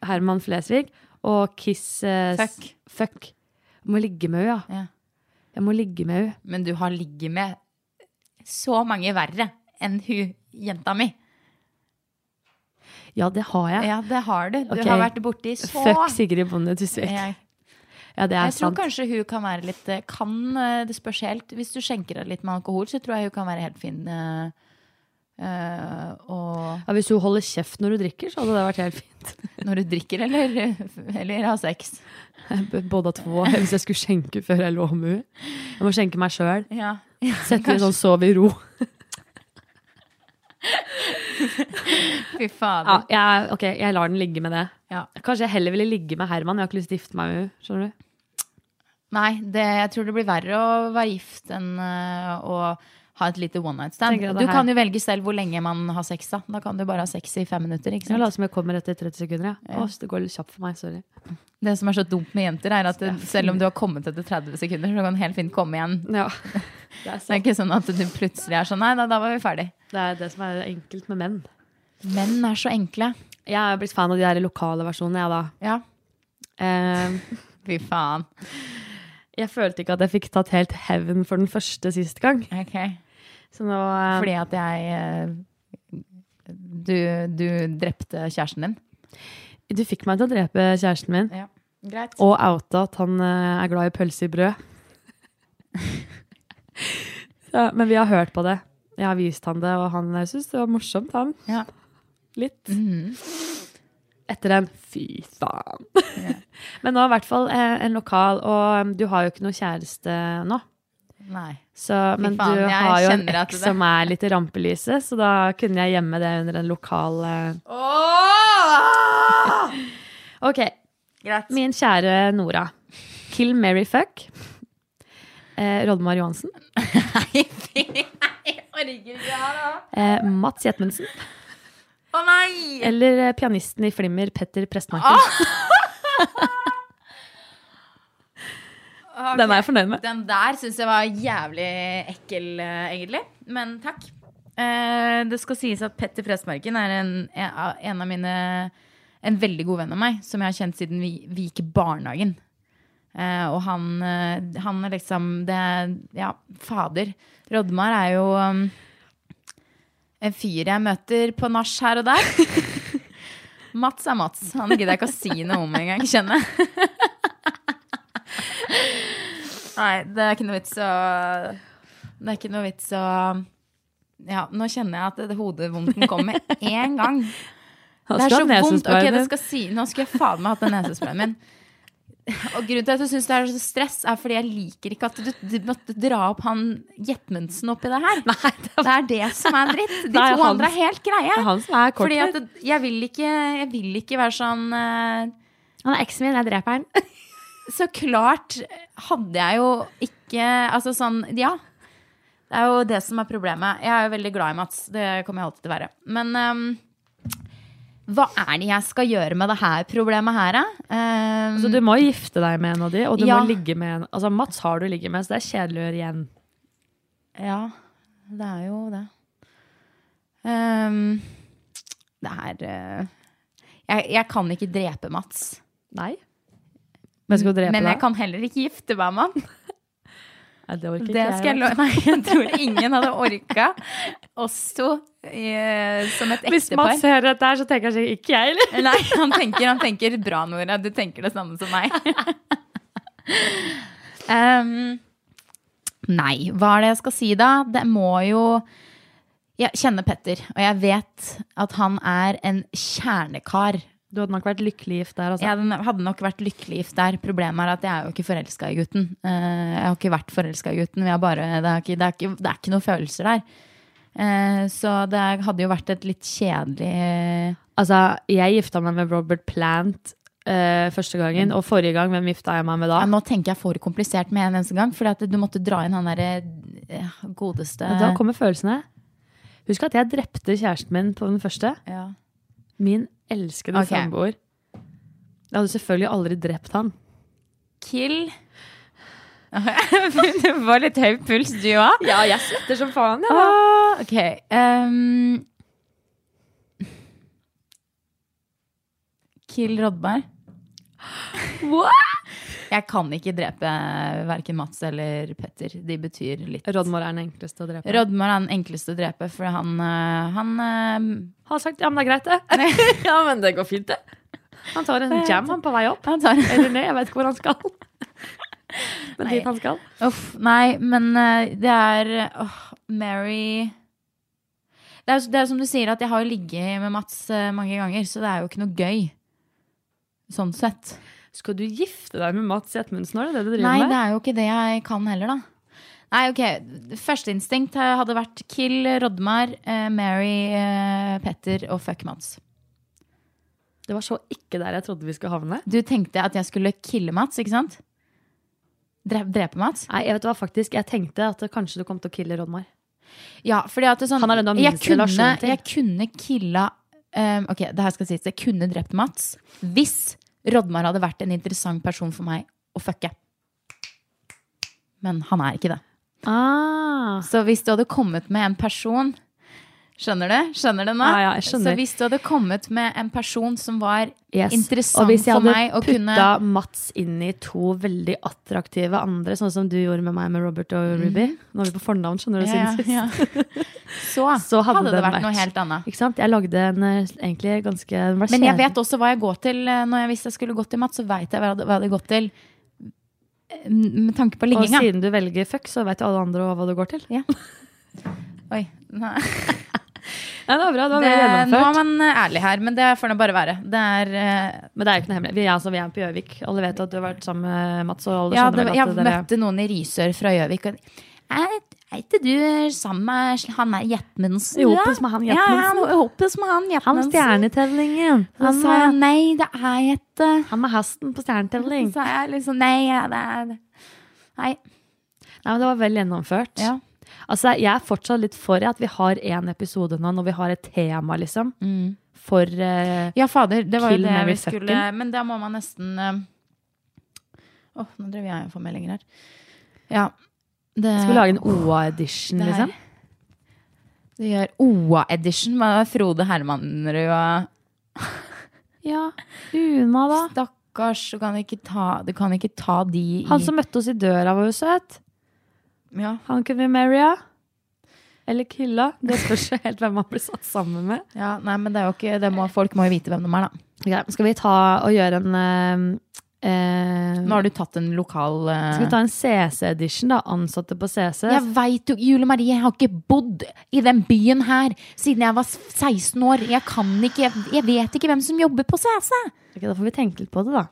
[SPEAKER 2] Herman Flesvig og kiss eh, s-
[SPEAKER 1] Fuck.
[SPEAKER 2] fuck. Jeg må ligge med henne, ja.
[SPEAKER 1] Ja.
[SPEAKER 2] Jeg må ligge med henne.
[SPEAKER 1] Men du har ligget med så mange verre enn hun jenta mi.
[SPEAKER 2] Ja, det har jeg.
[SPEAKER 1] Ja, det har du. Du
[SPEAKER 2] Ok.
[SPEAKER 1] har vært borti så
[SPEAKER 2] Fuck Sigrid Bonde Tusvik.
[SPEAKER 1] Jeg,
[SPEAKER 2] Ja, det er
[SPEAKER 1] jeg tror
[SPEAKER 2] sant.
[SPEAKER 1] kanskje hun kan være litt eh, Kan eh, det spørs helt Hvis du skjenker deg litt med alkohol, så tror jeg hun kan være helt fin. eh, eh, og
[SPEAKER 2] Ja, hvis hun holder kjeft når hun drikker, så hadde det vært helt fint.
[SPEAKER 1] når du drikker, eller, eller har sex.
[SPEAKER 2] B- Både to, Hvis jeg skulle skjenke før jeg lå med henne. Jeg må skjenke meg sjøl.
[SPEAKER 1] Ja.
[SPEAKER 2] Sette henne i sånn sov i ro.
[SPEAKER 1] Fy
[SPEAKER 2] Ja,
[SPEAKER 1] fader.
[SPEAKER 2] jeg, ok, jeg lar den ligge med det.
[SPEAKER 1] Ja.
[SPEAKER 2] Kanskje jeg heller ville ligge med Herman. Jeg har ikke lyst til å gifte meg med henne. Skjønner du?
[SPEAKER 1] Nei, det, jeg tror det blir verre å være gift enn øh, å ha et lite one night stand.
[SPEAKER 2] Tenker jeg det
[SPEAKER 1] Du
[SPEAKER 2] her-
[SPEAKER 1] kan jo velge selv hvor lenge man har sex. Da Da kan du bare ha sex i fem minutter. Ikke
[SPEAKER 2] Jeg
[SPEAKER 1] sant?
[SPEAKER 2] later som jeg kommer etter 30 sekunder. Ja. Å, så det går litt kjapt for meg. Sorry.
[SPEAKER 1] Det som er så dumt med jenter, er at det- selv om du har kommet etter 30 sekunder, så kan du helt fint komme igjen.
[SPEAKER 2] Ja.
[SPEAKER 1] Det er ikke sånn at du plutselig er sånn Nei, da, da var vi ferdig.
[SPEAKER 2] Det er det som er enkelt med menn.
[SPEAKER 1] Menn er så enkle.
[SPEAKER 2] Jeg er blitt fan av de der lokale versjonene, jeg, da.
[SPEAKER 1] Ja.
[SPEAKER 2] Eh,
[SPEAKER 1] Fy faen.
[SPEAKER 2] jeg følte ikke at jeg fikk tatt helt hevn for den første sist gang.
[SPEAKER 1] Ok.
[SPEAKER 2] Så nå
[SPEAKER 1] Um,
[SPEAKER 2] eh,
[SPEAKER 1] Fordi at jeg øh, du, du drepte kjæresten din.
[SPEAKER 2] Du fikk meg til å drepe kjæresten min.
[SPEAKER 1] Ja. Greit.
[SPEAKER 2] Og outa at han eh, er glad i pølse i brød. ja, men vi har hørt på det. Jeg har vist han det, og han syns det var morsomt, han.
[SPEAKER 1] Ja.
[SPEAKER 2] Litt. Etter den fy faen. men nå i hvert fall eh, en lokal, og um, du har jo ikke noe kjæreste nå.
[SPEAKER 1] Nei.
[SPEAKER 2] Så, men
[SPEAKER 1] faen,
[SPEAKER 2] du
[SPEAKER 1] jeg
[SPEAKER 2] har jo en
[SPEAKER 1] kjenner at
[SPEAKER 2] eks
[SPEAKER 1] det-
[SPEAKER 2] som er litt i rampelyset, så da kunne jeg gjemme det under en lokal eh. Ok,
[SPEAKER 1] Greit.
[SPEAKER 2] Min kjære Nora. Kill Mary Fuck. Eh, Rodmar Johansen. Eh, Mats Jetmensen.
[SPEAKER 1] Å nei!
[SPEAKER 2] Eller eh, pianisten i Flimmer, Petter Prestmarken. Den er jeg fornøyd med.
[SPEAKER 1] Den der syns jeg var jævlig ekkel, eh, egentlig. Men takk. Eh, det skal sies at Petter Prestmarken er en, e, en av mine En veldig god venn av meg, som jeg har kjent siden vi, vi gikk i barnehagen. Eh, og han, eh, han er liksom det, Ja, fader. Rodmar er jo um, en fyr jeg møter på nach her og der. Mats er Mats. Han gidder jeg ikke å si noe om engang, kjenner jeg. Nei, det er ikke noe vits å Det er ikke noe vits å Ja, nå kjenner jeg at det- det hodevondten kommer med én gang.
[SPEAKER 2] Han
[SPEAKER 1] Det er så
[SPEAKER 2] skal ha
[SPEAKER 1] vondt. Ok,
[SPEAKER 2] nesesprayen
[SPEAKER 1] det
[SPEAKER 2] din.
[SPEAKER 1] skal si, nå skulle jeg faen meg hatt den nesesprayen min. Og grunnen til at jeg syns det er så stress, er fordi jeg liker ikke at du, du måtte dra opp han Jetmundsen oppi det her.
[SPEAKER 2] Nei, det
[SPEAKER 1] Det er det som er dritt. De
[SPEAKER 2] Det er
[SPEAKER 1] to
[SPEAKER 2] han-
[SPEAKER 1] andre er helt greie.
[SPEAKER 2] er han som er kort.
[SPEAKER 1] Fordi at det- jeg vil ikke, jeg vil ikke være sånn eh,
[SPEAKER 2] Han er eksen min, jeg dreper han.
[SPEAKER 1] Så klart hadde jeg jo ikke Altså sånn, ja. Det er jo det som er problemet. Jeg er jo veldig glad i Mats. Det kommer jeg alltid til å være. Men ehm, hva er det jeg skal gjøre med det her problemet her, da? Ehm,
[SPEAKER 2] Så Altså, du må gifte deg med en av de, og du
[SPEAKER 1] Ja.
[SPEAKER 2] må ligge med en Altså, Mats har du ligget med, så det er kjedelig å gjøre igjen.
[SPEAKER 1] Ja, det er jo det. Ehm, det er eh, jeg, jeg kan ikke drepe Mats.
[SPEAKER 2] Nei. Men skal du drepe
[SPEAKER 1] Men jeg
[SPEAKER 2] deg?
[SPEAKER 1] kan heller ikke gifte meg med han.
[SPEAKER 2] Nei, det orker ikke
[SPEAKER 1] Det skal jeg
[SPEAKER 2] jeg. altså.
[SPEAKER 1] lo Nei, jeg tror ingen hadde orka oss to eh, som et
[SPEAKER 2] Hvis Mats
[SPEAKER 1] ektepar.
[SPEAKER 2] hører dette her, så tenker han sikkert ikke jeg, eller?
[SPEAKER 1] Nei, han tenker, han tenker bra, Nora. Du tenker det samme som meg. Em, nei, hva er det jeg skal si da? Det må jo Jeg kjenner Petter, og jeg vet at han er en kjernekar.
[SPEAKER 2] Du hadde nok vært lykkelig gift der, altså.
[SPEAKER 1] Jeg hadde- hadde nok vært lykkelig gift der. Problemet er at jeg er jo ikke forelska i gutten. Eh, Jeg har ikke vært forelska i gutten. Vi har bare, det, er ikke, det, er ikke, det er ikke noen følelser der. Eh, Så det hadde jo vært et litt kjedelig
[SPEAKER 2] Altså, jeg gifta meg med Robert Plant eh, første gangen, og forrige gang, hvem gifta jeg meg med da?
[SPEAKER 1] Ja, Nå tenker jeg for komplisert med en eneste gang, fordi at du måtte dra inn han derre eh, godeste
[SPEAKER 2] Og da kommer følelsene. Husk at jeg drepte kjæresten min på den første.
[SPEAKER 1] ja.
[SPEAKER 2] Min elskede
[SPEAKER 1] Ok.
[SPEAKER 2] samboer. Jeg hadde selvfølgelig aldri drept han.
[SPEAKER 1] Kill Det var litt høy puls, du òg.
[SPEAKER 2] Ja, jeg svetter som faen,
[SPEAKER 1] Ah, ok. ehm. Kill Rodberg.
[SPEAKER 2] Ah.
[SPEAKER 1] Jeg kan ikke drepe verken Mats eller Petter. De betyr litt.
[SPEAKER 2] Rodmor er den enkleste å drepe.
[SPEAKER 1] Rodmar er den enkleste å drepe, for han, eh, han eh,
[SPEAKER 2] Han har sagt ja, men det er greit, det. ja, men det går fint, det. Han tar en jam han på vei opp.
[SPEAKER 1] han tar
[SPEAKER 2] Eller ned, jeg vet ikke hvor han skal. Men dit han skal.
[SPEAKER 1] Uff, nei, men eh, det er åh, Mary det er, jo- det er jo som du sier, at jeg har jo ligget med Mats eh, mange ganger, så det er jo ikke noe gøy. Sånn sett.
[SPEAKER 2] Skal du gifte deg med Mats Jetmundsen, er det det du driver
[SPEAKER 1] Nei, det
[SPEAKER 2] med?
[SPEAKER 1] er jo ikke det jeg kan heller, da. Nei, ok. Førsteinstinkt hadde vært kill Rodmar, eh, Mary, eh, Petter og fuck Mats.
[SPEAKER 2] Det var så ikke der jeg trodde vi skulle havne.
[SPEAKER 1] Du tenkte at jeg skulle kille Mats, ikke sant? Drepe, drepe Mats?
[SPEAKER 2] Nei, jeg vet hva faktisk, jeg tenkte at kanskje du kom til å kille Rodmar.
[SPEAKER 1] Ja, fordi at det er sånn
[SPEAKER 2] Han er den du har
[SPEAKER 1] jeg
[SPEAKER 2] minst
[SPEAKER 1] kunne,
[SPEAKER 2] relasjon til.
[SPEAKER 1] jeg kunne killa ehm, Ok, det her skal sies. Jeg kunne drept Mats hvis Rodmar hadde vært en interessant person for meg å fucke. Men han er ikke det.
[SPEAKER 2] Ah.
[SPEAKER 1] Så hvis du hadde kommet med en person Skjønner du? Skjønner du nå?
[SPEAKER 2] Ja, ja, jeg skjønner.
[SPEAKER 1] Så hvis du hadde kommet med en person som var
[SPEAKER 2] Yes.
[SPEAKER 1] interessant
[SPEAKER 2] og hvis jeg
[SPEAKER 1] for
[SPEAKER 2] hadde
[SPEAKER 1] meg å
[SPEAKER 2] putta
[SPEAKER 1] kunne
[SPEAKER 2] Mats inn i to veldig attraktive andre, sånn som du gjorde med meg med Robert og Ruby Nå er vi på fornavn, skjønner du,
[SPEAKER 1] Ja,
[SPEAKER 2] siden sist.
[SPEAKER 1] ja, ja. Så,
[SPEAKER 2] Så hadde,
[SPEAKER 1] hadde det
[SPEAKER 2] den
[SPEAKER 1] vært noe helt annet.
[SPEAKER 2] Ikke sant? Jeg lagde en eh, egentlig ganske den var
[SPEAKER 1] Men jeg
[SPEAKER 2] kjedelig.
[SPEAKER 1] vet også hva jeg går til eh, når jeg, hvis jeg skulle gått til Mats. Så veit jeg hva jeg hadde- hva jeg hadde gått til eh, med tanke på
[SPEAKER 2] Og
[SPEAKER 1] ligginga.
[SPEAKER 2] siden du velger fuck, så vet jo alle andre hva det går til.
[SPEAKER 1] Oi, nei.
[SPEAKER 2] Ja, det var bra, det var
[SPEAKER 1] Det,
[SPEAKER 2] bra
[SPEAKER 1] nå
[SPEAKER 2] gjennomført.
[SPEAKER 1] er man eh, ærlig her, men det får nå bare være. Det er eh,
[SPEAKER 2] Men det er jo ikke noe hemmelig. Vi, er- altså, vi er på Gjøvik. Alle vet at du har vært sammen med Mats. Og alle
[SPEAKER 1] Ja,
[SPEAKER 2] skjønner
[SPEAKER 1] det,
[SPEAKER 2] vel at
[SPEAKER 1] jeg
[SPEAKER 2] dere-
[SPEAKER 1] møtte noen i Risør fra Gjøvik. og de, Er er ikke du sammen med sl- han der Jetmundsen?
[SPEAKER 2] Jeg
[SPEAKER 1] da?»
[SPEAKER 2] håper som han
[SPEAKER 1] Ja,
[SPEAKER 2] Jetmundsen.
[SPEAKER 1] jeg håper som han
[SPEAKER 2] Han
[SPEAKER 1] Jetmundsen.
[SPEAKER 2] stjernetellingen!
[SPEAKER 1] Så
[SPEAKER 2] Han,
[SPEAKER 1] sa jeg
[SPEAKER 2] med-
[SPEAKER 1] nei, det er et eh»,
[SPEAKER 2] han med hesten på stjernetelling.
[SPEAKER 1] Så jeg liksom nei, ja, det er Nei.
[SPEAKER 2] Nei, men Det var vel gjennomført.
[SPEAKER 1] Ja.
[SPEAKER 2] Altså, Jeg er fortsatt litt for at vi har én episode nå når vi har et tema, liksom.
[SPEAKER 1] Mm.
[SPEAKER 2] For eh,
[SPEAKER 1] Ja, fader, det var jo
[SPEAKER 2] Kill
[SPEAKER 1] det
[SPEAKER 2] Mary
[SPEAKER 1] vi skulle
[SPEAKER 2] Fucking.
[SPEAKER 1] Men da må man nesten eh, Åh, nå drev jeg og får meldinger her. Ja. Det,
[SPEAKER 2] Skal vi lage en OA-edition,
[SPEAKER 1] Det her.
[SPEAKER 2] liksom?
[SPEAKER 1] det gjør OA-edition med Frode Hermanrud og
[SPEAKER 2] Ja. Una, da.
[SPEAKER 1] Stakkars, du kan ikke ta, du kan ikke ta de i
[SPEAKER 2] Han som møtte oss i døra, var jo søt.
[SPEAKER 1] ja.
[SPEAKER 2] Han kunne vi marya. Eller killa. Det spørs jo helt hvem han ble satt sammen med.
[SPEAKER 1] ja, Nei, men det er jo ikke det må, Folk må jo vite hvem de er, da.
[SPEAKER 2] Ok, Skal vi ta og gjøre en eh, Eh,
[SPEAKER 1] Nå har du tatt en lokal eh,
[SPEAKER 2] skal vi ta en CC-edition, da? Ansatte på CC.
[SPEAKER 1] Jeg veit jo Jule Marie, jeg har ikke bodd i den byen her siden jeg var 16 år. Jeg kan ikke, jeg, jeg vet ikke hvem som jobber på CC.
[SPEAKER 2] Ok, da får vi tenke litt på det, da.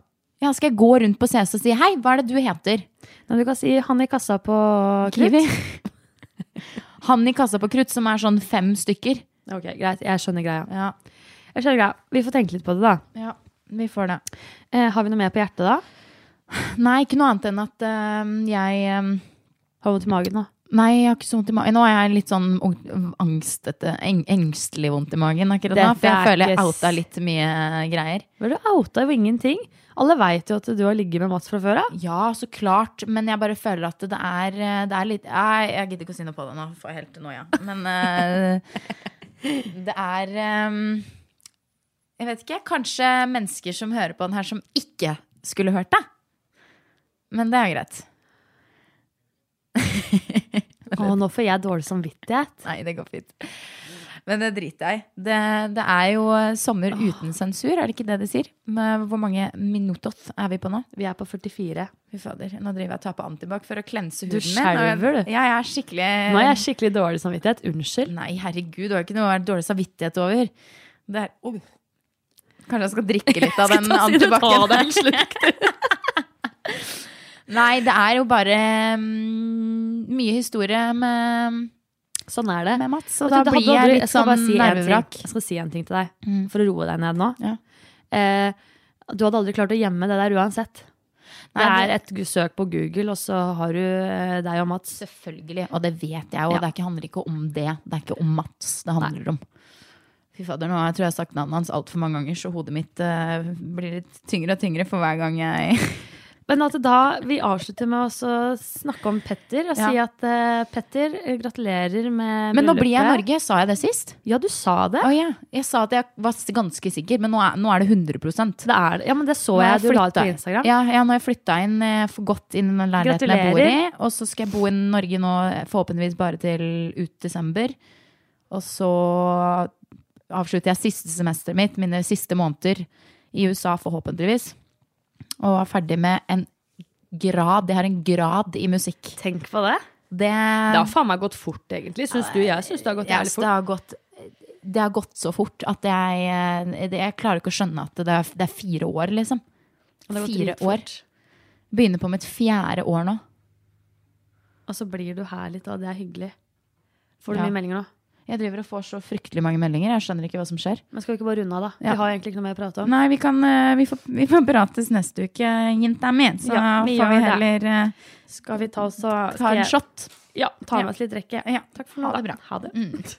[SPEAKER 1] Ja, skal jeg gå rundt på CC og si hei, hva er det du heter?
[SPEAKER 2] Nei, du kan si han i kassa på Knut.
[SPEAKER 1] Kiwi. Han i kassa på krutt, som er sånn fem stykker.
[SPEAKER 2] Ok, greit. Jeg skjønner greia.
[SPEAKER 1] Ja,
[SPEAKER 2] Jeg skjønner greia. Vi får tenke litt på det, da.
[SPEAKER 1] vi får det.
[SPEAKER 2] Eh, har vi noe mer på hjertet, da?
[SPEAKER 1] Nei, ikke noe annet enn at øhm, jeg øhm,
[SPEAKER 2] Har du vondt i magen nå?
[SPEAKER 1] Nei, jeg har ikke så vondt i magen. Nå er jeg litt sånn ung- angstete, eng, engstelig vondt i magen akkurat nå.
[SPEAKER 2] Dette
[SPEAKER 1] For jeg
[SPEAKER 2] er
[SPEAKER 1] føler jeg
[SPEAKER 2] ikke s-
[SPEAKER 1] outa litt mye greier.
[SPEAKER 2] Vel, du outa jo ingenting. Alle veit jo at du har ligget med Mats fra før av.
[SPEAKER 1] Ja, så klart. Men jeg bare føler at det er, eh, det er litt Nei, jeg gidder ikke å si noe på det nå. Får jeg helt noia. Men eh, det er eh, Jeg vet ikke. Kanskje mennesker som hører på den her, som ikke skulle hørt det. Men det er greit.
[SPEAKER 2] Å, nå får jeg dårlig samvittighet.
[SPEAKER 1] Nei, det går fint. Men det driter jeg i. Det, det er jo eh, sommer uten sensur, er det ikke det de sier? Men hvor mange minutter er vi på nå?
[SPEAKER 2] Vi er på 44.
[SPEAKER 1] Fy fader, nå driver jeg og tar på antibac for å klense huden
[SPEAKER 2] Du
[SPEAKER 1] min.
[SPEAKER 2] skjelver, du.
[SPEAKER 1] Ja, jeg er skikkelig
[SPEAKER 2] Nå har jeg skikkelig dårlig samvittighet. Unnskyld.
[SPEAKER 1] Nei, herregud, det var ikke noe å være dårlig samvittighet over. Det er... Oi. Kanskje jeg skal drikke litt av den
[SPEAKER 2] ta deg
[SPEAKER 1] antibac-en.
[SPEAKER 2] en slurk.
[SPEAKER 1] Nei, det er jo bare mm, mye historie med,
[SPEAKER 2] Sånn er det.
[SPEAKER 1] med Mats,
[SPEAKER 2] Vet
[SPEAKER 1] og
[SPEAKER 2] du,
[SPEAKER 1] da
[SPEAKER 2] det
[SPEAKER 1] blir
[SPEAKER 2] hadde aldri-
[SPEAKER 1] jeg litt
[SPEAKER 2] skal bare
[SPEAKER 1] sånn
[SPEAKER 2] si en ting.
[SPEAKER 1] nervevrak.
[SPEAKER 2] Jeg skal si en ting til deg,
[SPEAKER 1] Mm.
[SPEAKER 2] for å roe deg ned nå.
[SPEAKER 1] Ja.
[SPEAKER 2] Eh, du hadde aldri klart å gjemme det der uansett. Det
[SPEAKER 1] Nei,
[SPEAKER 2] er et gu- søk på Google, og så har du eh, deg og Mats.
[SPEAKER 1] Selvfølgelig, og det vet jeg, og
[SPEAKER 2] Ja.
[SPEAKER 1] det er ikke, handler ikke om det. Det er ikke om Mats det handler om. Fy fader, nå har jeg tror jeg har sagt navnet hans altfor mange ganger, så hodet mitt eh, blir litt tyngre og tyngre for hver gang jeg
[SPEAKER 2] Men at da vi avslutter med å så snakke om Petter,
[SPEAKER 1] Ja.
[SPEAKER 2] og si at eh, Petter, eh, gratulerer med
[SPEAKER 1] Men nå blir jeg i
[SPEAKER 2] bryllupet.
[SPEAKER 1] Norge, sa jeg det sist?
[SPEAKER 2] Ja, du sa det.
[SPEAKER 1] Å ja. Jeg sa at jeg var s- ganske sikker, men nå er, nå er det 100
[SPEAKER 2] det er, det. ja, men det så
[SPEAKER 1] Nå har
[SPEAKER 2] jeg du la ut på
[SPEAKER 1] flyttet-
[SPEAKER 2] Instagram.
[SPEAKER 1] Ja, ja, nå har jeg flytta inn, eh, for godt inn i den leiligheten jeg bor i.
[SPEAKER 2] Gratulerer.
[SPEAKER 1] Og så skal jeg bo i Norge nå, eh, forhåpentligvis bare til ut desember. Og så avslutter jeg siste semesteret mitt, mine siste måneder i USA, forhåpentligvis. Og er ferdig med en grad. Jeg har en grad i musikk.
[SPEAKER 2] Tenk på det.
[SPEAKER 1] Det,
[SPEAKER 2] Det har faen meg gått fort, egentlig. Syns du? Jeg syns det har gått
[SPEAKER 1] Ja,
[SPEAKER 2] jævlig
[SPEAKER 1] så det
[SPEAKER 2] fort.
[SPEAKER 1] har gått det har gått så fort at jeg, eh, det- jeg klarer ikke å skjønne at det er, det er fire år, liksom.
[SPEAKER 2] Det har gått
[SPEAKER 1] Fire
[SPEAKER 2] dritfort.
[SPEAKER 1] år. Begynner på mitt fjerde år nå.
[SPEAKER 2] Og så blir du her litt, og det er hyggelig. Får du
[SPEAKER 1] Ja.
[SPEAKER 2] mye meldinger nå?
[SPEAKER 1] Jeg driver og får så fryktelig mange meldinger. Jeg skjønner ikke hva som skjer.
[SPEAKER 2] Men skal vi ikke bare runde av, da?
[SPEAKER 1] Ja.
[SPEAKER 2] Vi har egentlig ikke noe mer å prate om.
[SPEAKER 1] Nei, vi, kan, eh, vi, får, vi får prates neste uke, jenta mi. Så
[SPEAKER 2] Ja, vi
[SPEAKER 1] får vi
[SPEAKER 2] gjør
[SPEAKER 1] heller eh,
[SPEAKER 2] Skal vi ta oss og
[SPEAKER 1] ta en
[SPEAKER 2] shot?
[SPEAKER 1] shot.
[SPEAKER 2] Ja, ta
[SPEAKER 1] Ja.
[SPEAKER 2] med oss litt drikke.
[SPEAKER 1] Ja.
[SPEAKER 2] Takk for nå.
[SPEAKER 1] Ha det
[SPEAKER 2] da.
[SPEAKER 1] bra. Mm.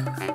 [SPEAKER 2] Ha det.